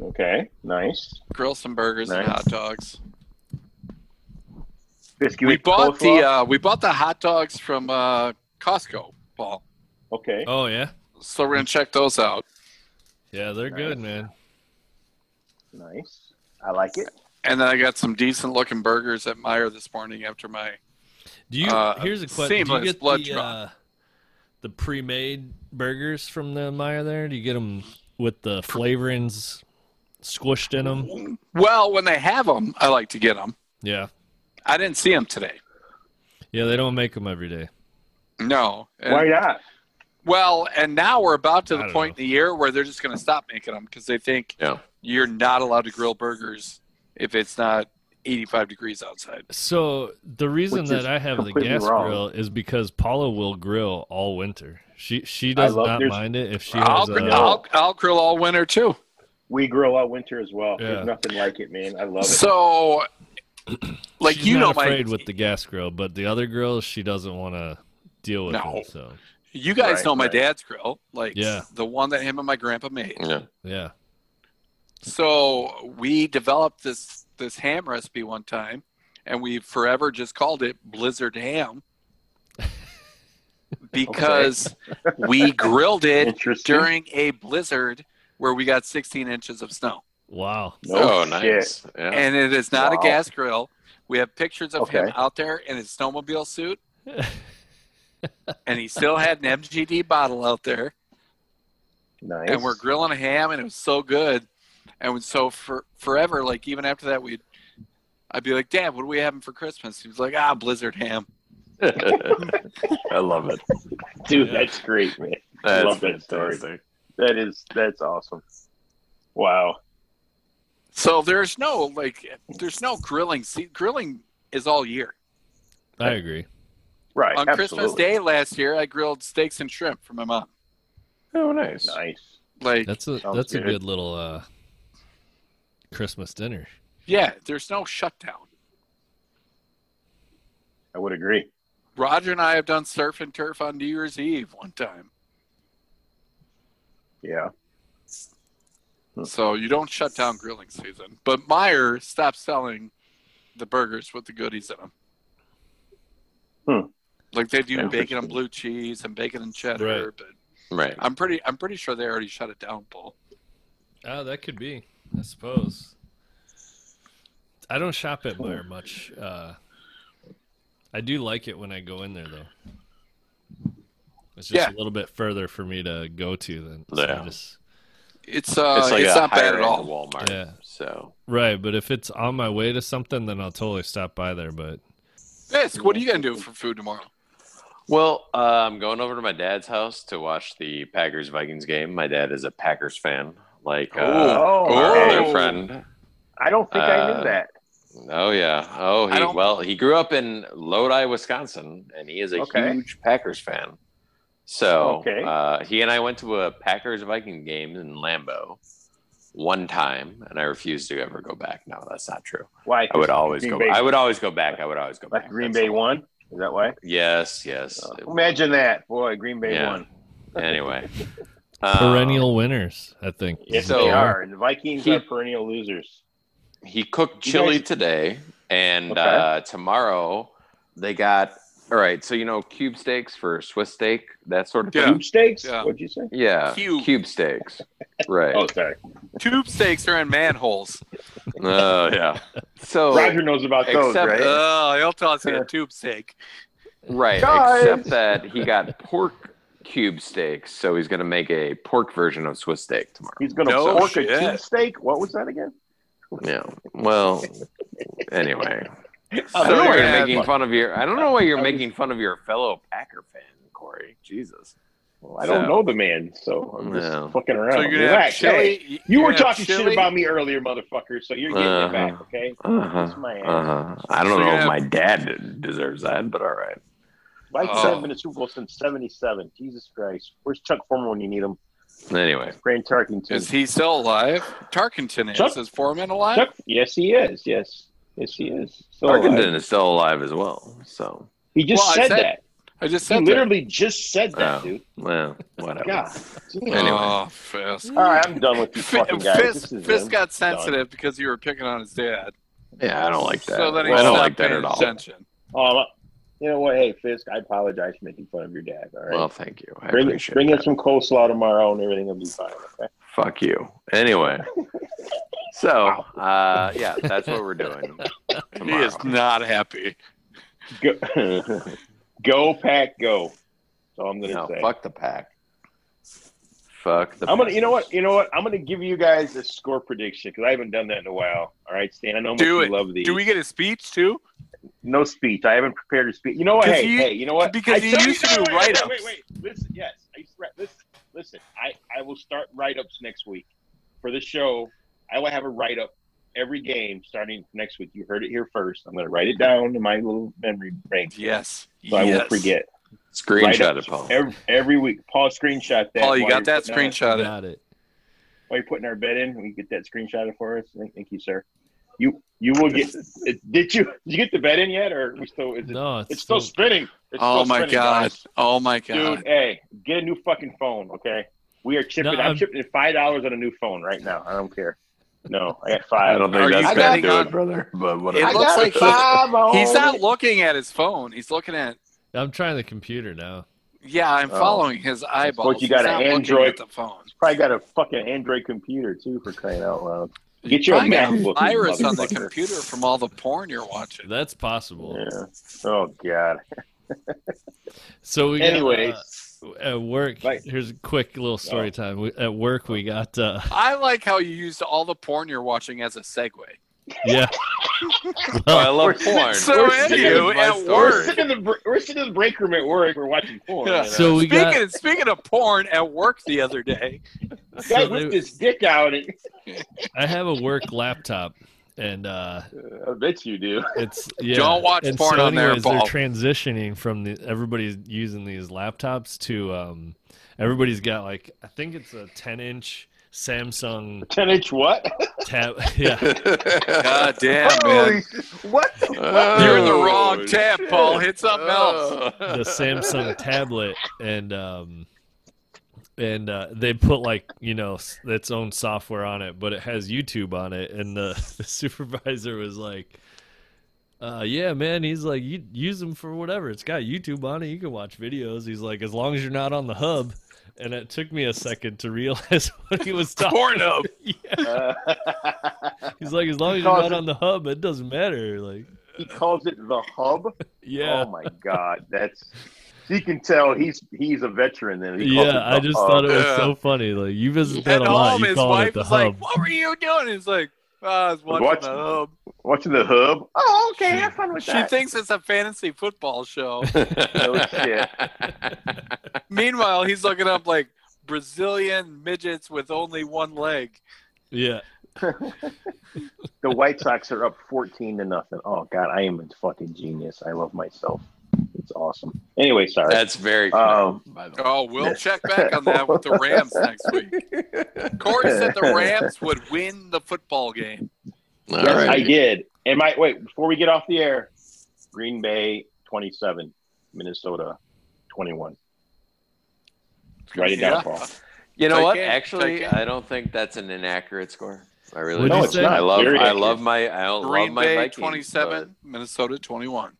D: Okay, nice.
E: grill some burgers and
D: Nice.
E: hot dogs.
D: Biscuit.
E: we
D: with
E: bought the
D: coleslaw?
E: uh, we bought the hot dogs from uh, Costco, Paul.
D: okay.
H: Oh yeah,
E: So we're gonna check those out,
H: yeah, they're good, man.
D: Nice. I like it.
E: and then I got some decent looking burgers at Meyer this morning after my.
H: Do you?
E: Uh,
H: here's a question. Do you
E: seamless
H: get
E: blood
H: the
E: draw.
H: uh, the pre-made burgers from the Meyer there? Do you get them with the flavorings squished in them?
E: Well, when they have them, I like to get them.
H: Yeah,
E: I didn't see them today.
H: yeah. They don't make them every day.
E: No. And-
D: Why not?
E: Well, and now we're about to
H: I
E: the
H: don't
E: point in the year where they're just going to stop making them because they think
F: Yeah.
E: you're not allowed to grill burgers if it's not 85 degrees outside.
H: So the reason
D: Which
H: that
D: is
H: I have the
D: completely
H: gas
D: wrong.
H: grill is because Paula will grill all winter. She she does
D: love-
H: not
D: there's-
H: mind it if she
E: I'll,
H: has.
E: gr-
H: A,
E: I'll, I'll grill all winter too.
D: We grow out winter as well.
H: Yeah.
D: There's nothing like it, man. I love it.
E: So, like
H: she's
E: you know,
H: not
E: my
H: afraid with the gas grill, but the other grill she doesn't want to deal with.
E: No.
H: It, so
E: you guys
D: Right,
E: know my
D: right.
E: dad's grill, like
H: Yeah.
E: the one that him and my grandpa made.
F: Yeah.
H: yeah,
E: So we developed this this ham recipe one time, and we forever just called it Blizzard
D: [LAUGHS]
E: Ham because we grilled
D: [LAUGHS]
E: it
D: Interesting.
E: during a blizzard where we got 16 inches of snow.
H: wow.
D: No
F: oh, nice. Yeah.
E: And it is not
D: Wow.
E: a gas grill. We have pictures of him
D: Okay.
E: out there in his
D: [LAUGHS]
E: snowmobile suit, and he still had an MGD bottle out there.
D: nice.
E: and we're grilling a ham, and it was so good. And so for forever, like even after that, we'd I'd be like, "Dad, what are we having for Christmas?" He was like, "Ah, Blizzard ham."
F: [LAUGHS]
D: [LAUGHS]
F: I love it.
D: Dude, that's great, man.
F: That's
D: love that story.
F: fantastic.
D: That is that's awesome. Wow.
E: So there's no like, there's no grilling. See, grilling is all year.
H: I agree.
D: Right.
E: On Christmas
D: absolutely.
E: Day last year, I grilled steaks and shrimp for my mom.
F: Oh, nice.
D: Nice.
E: Like,
H: That's a
D: Sounds
H: that's a
D: good.
H: good little uh, Christmas dinner.
E: yeah, there's no shutdown.
D: I would agree.
E: Roger and I have done surf and turf on New Year's Eve one time.
D: Yeah.
E: So you don't shut down grilling season. But Meyer stopped selling the burgers with the goodies in them.
D: Hmm.
E: Like they do bacon
D: Interesting.
E: and blue cheese and bacon and cheddar, but
F: Right.
E: I'm pretty I'm pretty sure they already shut it down, Paul.
H: Oh, that could be. I suppose. I don't shop at Meyer much. Uh, I do like it when I go in there though. It's just
E: Yeah.
H: a little bit further for me to go to than so I
F: Yeah.
H: just-
E: It's uh
F: it's
E: it's,
F: like a
E: not
F: higher
E: bad at
F: end
E: all.
F: Walmart.
H: Yeah.
F: So
H: right. But if it's on my way to something, then I'll totally stop by there. But
E: Fisk, what are you gonna do for food tomorrow?
F: Well, uh, I'm going over to my dad's house to watch the Packers Vikings game. My dad is a Packers fan, like uh,
D: Oh,
F: our
D: okay.
F: other friend.
D: I don't think I
F: Uh,
D: knew that.
F: Oh yeah. Oh,
E: I
F: he,
E: don't-
F: well, he grew up in Lodi, Wisconsin, and he is a
D: Okay.
F: huge Packers fan. So
D: Okay.
F: uh, he and I went to a Packers Viking game in Lambeau one time, and I refused to ever go back. No, that's not true.
D: Why?
F: I would always
D: Green
F: go.
D: Bay-
F: I would always go back. I would always go
D: Like
F: back.
D: Green
F: That's
D: Bay
F: all.
D: won. Is that why?
F: Yes. Yes.
D: Uh,
F: It-
D: imagine that, boy. Green Bay
F: Yeah.
D: won. [LAUGHS]
F: anyway. Um,
H: perennial winners, I think.
D: Yes,
F: So-
D: they are. And the Vikings
F: He-
D: are perennial losers.
F: he cooked
D: You
F: chili
D: guys-
F: today and
D: Okay.
F: uh, tomorrow they got all right so you know cube steaks for swiss steak that sort of thing
D: Cube steaks?
E: Yeah.
D: What'd you say?
F: yeah
E: Cube.
F: steaks right
D: Oh,
F: oh,
D: sorry.
E: Tube steaks are in manholes.
F: Oh, yeah so
D: Roger knows about those,
F: oh, Except,
D: right?
E: Oh, he'll toss you a tube steak.
F: right
D: Guys.
F: except that he got pork cube steaks so he's going to make a pork version of swiss steak tomorrow
D: He's gonna
E: No
D: pork
E: shit.
D: a cube steak. What was that again?
F: yeah well anyway
E: Oh,
F: i don't know why
E: you're
F: you're
E: gonna
F: making
E: have-
F: fun of your i don't know why you're
D: I was-
F: making fun of your fellow packer fan corey jesus
D: Well, I don't
F: So-
D: know the man, so I'm just
F: No.
D: fucking around.
E: So Oh, you're gonna have
D: Relax. Hey,
E: chili.
D: you
E: you're
D: were
E: gonna have
D: talking shit
E: chili?
D: about me earlier, motherfucker. So you're getting
F: Uh-huh.
D: it back, okay?
F: uh-huh
D: Kiss my ass.
F: Uh-huh. I don't
E: So you
F: know if
E: have-
F: my dad deserves that, but all right.
D: Vikings
E: Oh.
D: haven't been to Super Bowl since '77. Jesus Christ, where's Chuck Foreman when you need him?
F: Anyway,
D: Grant Tarkington.
E: Is he still alive? Tarkenton is.
D: Chuck-
E: Is Foreman alive?
D: Chuck? Yes, he is. Yes, yes, he is. So uh,
F: Arkington is still alive as well. So,
D: he just
E: Well, I
D: said,
E: said-
D: that.
E: I just
D: He
E: said that.
D: literally just said that,
F: Oh.
D: dude.
F: well, whatever.
D: God. damn.
F: Anyway.
E: Oh, Fisk.
D: All right, I'm done
E: [LAUGHS]
D: with you
E: Fi-
D: fucking guys.
E: Fist,
D: This is
E: Fist
D: it.
E: got sensitive because you were picking on his dad.
F: Yeah, I don't like that.
E: So then he
F: I don't
E: stopped
F: like that
E: paying
F: at all.
E: attention.
D: Oh, you know what? Hey, Fisk, I apologize for making fun of your dad. All right.
F: Well, thank you. I
D: bring
F: appreciate
D: bring
F: that.
D: in some coleslaw tomorrow, and everything will be fine. Okay.
F: Fuck you.
D: [LAUGHS]
F: Anyway. So, uh, yeah, that's what
D: [LAUGHS]
F: we're doing
E: He
F: tomorrow.
E: is not happy.
D: [LAUGHS] Go, go pack, go. So I'm gonna
F: No,
D: say
F: fuck the pack. Fuck the.
D: I'm gonna.
F: pack.
D: You know what? You know what? I'm gonna give you guys a score prediction because I haven't done that in a while. All right, Stan. I know how much
E: Do
D: you
E: it.
D: love these.
E: Do we get a speech too?
D: No speech. I haven't prepared a speech. You know what?
E: 'Cause
D: Hey,
E: you-
D: hey. You know what?
E: because
D: I
E: you
D: tell
E: used
D: no,
E: to do
D: wait, wait,
E: write-ups.
D: Wait, wait, wait. Listen. Yes. I used to write- listen. Listen. I I will start write ups next week for the show. I will have a write up every game starting next week. You heard it here first. I'm gonna write it down in my little memory bank
E: Yes.
D: so I won't forget.
F: Screenshot
D: write-ups
F: it, Paul.
D: Every, every week, Paul screenshot that.
E: Paul, you
D: while
E: got
D: you're
E: that
D: putting out-
E: screenshot?
H: Got it.
D: while you're putting our bed in, we get that screenshot of for us. Thank, thank you, sir. You you will
E: [LAUGHS]
D: get. Did you did you get the bed in yet, or we still? Is it,
H: No, it's,
D: it's still spinning. It's
E: Oh
D: still
E: my
D: spinning,
E: god.
D: guys.
E: Oh my god.
D: dude! Hey, get a new fucking phone, okay? We are chipping.
H: No,
D: I'm,
H: I'm-
D: chipping five dollars on a new phone right now. I don't care. No, I got five.
F: I don't
E: Are
F: think
E: you
F: that's gonna
E: betting
F: do
E: on-
F: it, brother. But
E: It
F: whatever.
E: I looks got like he-
D: five on
E: He's not
D: it.
E: looking at his phone. He's looking at.
H: I'm trying the computer now.
E: Yeah, I'm
D: Oh.
E: following his eyeballs.
D: what you got,
E: He's
D: an
E: not looking
D: Android?
E: at the phone.
D: Probably got a fucking Android computer too for crying out loud. Get your
E: Probably got a
D: MacBook, you
E: virus on the
D: motherfucker.
E: computer from all the porn you're watching.
H: That's possible.
D: Yeah. Oh god.
H: So we got,
D: Anyways,
H: uh, at work.
D: Right.
H: Here's a quick little story
D: Oh.
H: time. We, at work, we got uh, [LAUGHS]
E: I like how you used all the porn you're watching as a segue.
D: [LAUGHS]
H: yeah.
F: Oh, I love porn.
E: So
D: We're sticking
E: anywho,
F: with my
E: at
F: story.
D: we're
E: work.
D: sitting in the br- we're sitting in the break room at work. We're watching porn.
E: Yeah.
D: you know?
H: So we
E: speaking
H: got.
E: speaking of porn at work the other day,
H: so
D: guy
H: they-
D: whipped his dick out. And, [LAUGHS]
H: I have a work laptop, and uh,
D: I bet you do.
H: [LAUGHS]
D: [LAUGHS]
H: it's yeah.
E: Don't watch
H: and
E: porn
H: so
E: on there,
H: anyways,
E: Paul.
H: They're transitioning from the everybody's using these laptops to um, everybody's got like I think it's a 10 inch Samsung
D: Ten inch [LAUGHS] what?
H: tab. [LAUGHS] Yeah,
E: [LAUGHS] god damn
D: Oh,
E: man,
D: What? The
E: you're in the wrong tab, Paul. Hit something else.
H: the Samsung tablet, and um, and uh, they put like you know s- its own software on it, but it has YouTube on it. And the, [LAUGHS] the supervisor was like, uh, "Yeah, man," he's like, "You use them for whatever. It's got YouTube on it. You can watch videos." He's like, "As long as you're not on the hub." And it took me a second to [LAUGHS] realize what he was
D: Oh.
H: talking.
E: Porn up.
H: Yeah.
D: Uh,
H: He's like, as long as you're
D: Because it-
H: not on the hub, it doesn't matter. Like,
D: he calls it the hub.
H: yeah,
D: Oh my god, that's. You can tell he's he's a veteran. Then he calls it
H: yeah. I
D: the
H: just
D: hub.
H: thought it was
E: Yeah.
H: so funny. Like, you visit that
E: At
H: a lot.
E: home,
H: You
E: his
H: call it
E: wife
H: the
E: was like,
H: hub.
E: "What were you doing?" He's like, "Oh, "I was watching
D: Watching.
E: the hub."
D: watching the hub. Oh, okay, have fun with
E: She
D: that.
E: thinks it's a fantasy football show.
D: No shit.
E: Meanwhile, he's looking up like Brazilian midgets with only one leg.
H: [LAUGHS] yeah,
D: The White Sox are up fourteen to nothing. Oh god, I am a fucking genius. I love myself. It's awesome. Anyway, sorry.
F: That's very.
D: Um,
F: clever, by the way.
E: Oh, we'll check back on that with the Rams next week. Corey said the Rams would win the football game.
F: All
D: Yes, I
F: right.
D: did. And my wait before we get off the air, Green Bay twenty-seven, Minnesota twenty-one. Write it down,
E: Yeah.
D: Paul.
F: You know
E: Take
F: what?
E: it,
F: Actually,
E: take it.
F: I don't think that's an inaccurate score. I really
H: What'd
F: don't.
H: you No, it's say? not.
F: I love.
D: Very
F: I
D: accurate.
F: love my. I don't love
E: Green
F: my
E: Bay
F: Vikings,
E: 27, Minnesota 21.
F: but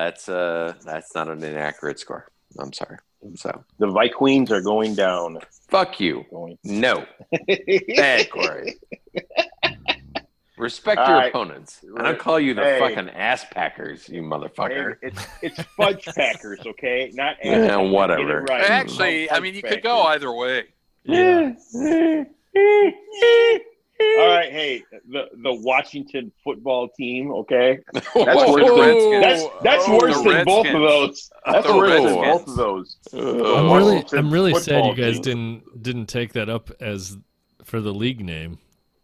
F: That's uh. That's not an inaccurate score. I'm sorry. So
D: The Vikings are going [LAUGHS] down.
F: fuck you.
D: Going.
F: No, bad Corey. Respect
D: All
F: your
D: right.
F: opponents. I don't call you the
D: Hey.
F: fucking ass packers, you motherfucker.
D: it's it's fudge packers, okay? Not
F: Yeah,
D: ass-
F: whatever.
D: Get it right.
E: Actually, I mean, you could go either way.
H: yeah.
D: All right, hey, the the Washington football team, okay? That's
E: Whoa.
D: worse
F: Redskins.
D: than that's that's
E: Oh,
D: worse
E: the
D: than both of
E: Redskins.
D: those. That's
F: Oh,
D: worse than
F: Redskins.
D: both of those.
H: I'm
D: Oh,
H: really,
D: it's a
H: I'm really sad you
D: football
H: guys
D: team.
H: didn't didn't take that up as for the league name,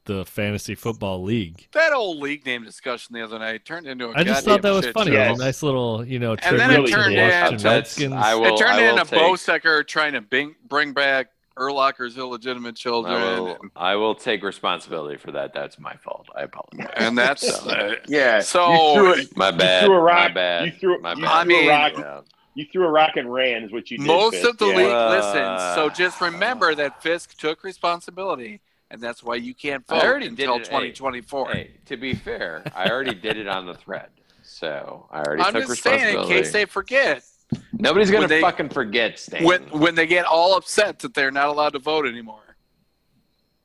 H: the fantasy football league.
E: That old league name discussion the other night turned into a
H: I just thought
E: goddamn
H: that was
E: shit
H: funny.
E: show.
D: Yes.
H: A nice little, you know,
E: And then
H: tribute
D: it
H: to
D: turned
H: the Washington
F: in-
H: Redskins.
F: I will-
E: it turned
F: will
E: into
F: take-
E: Bosecker trying to bing, bring back Erlocker's illegitimate children,
F: I will, I will take responsibility for that. That's my fault. I apologize.
E: and that's
F: So,
E: uh,
D: Yeah.
E: So-
D: you threw, it,
F: my bad.
D: threw a rock.
F: My bad.
D: You threw-
F: my
D: you
F: bad. uh,
E: I threw a mean- rock.
F: Yeah.
D: you threw a rock and ran is what you did.
E: most
D: Fitz.
E: of the
D: Yeah.
E: league
F: Uh,
E: listens. So just remember that Fisk took responsibility, and that's why you can't
F: I
E: vote
F: already did
E: until
F: it, hey.
E: 2024.
F: Hey, to be fair, I already did it on the thread, so I already
E: I'm
F: took
E: just saying in
F: responsibility.
E: case they forget
F: Nobody's gonna
E: when they-
F: fucking forget, Stan.
E: when when they get all upset that they're not allowed to vote anymore.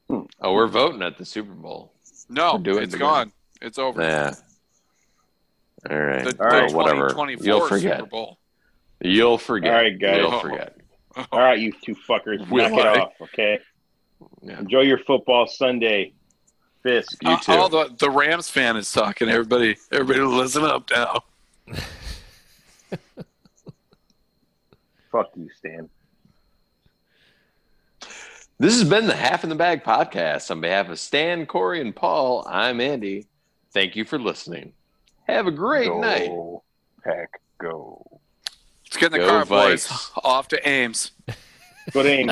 F: oh, we're voting at the Super Bowl.
E: No,
F: Do it
E: it's
F: again.
E: gone. It's over.
F: Yeah. All right.
E: The, the
F: well, whatever.
E: 2024
F: You'll forget.
E: Super Bowl.
F: You'll forget.
D: All right, guys.
F: You'll forget.
D: All right, you two fuckers,
E: Will
D: knock it
E: I?
D: off, okay?
F: Yeah.
D: Enjoy your football Sunday, Fisk.
F: You
E: Uh,
F: too.
E: all the, the Rams fan is talking. Everybody, everybody, listen up now.
D: Fuck you, Stan.
F: This has been the Half in the Bag podcast. On behalf of Stan, Corey, and Paul, I'm Andy. Thank you for listening. Have a great
D: go,
F: night.
D: Pack, go.
E: Let's get in the
F: Go
E: car, boys.
F: Vikes.
E: Off to Ames. [LAUGHS]
D: Good aim.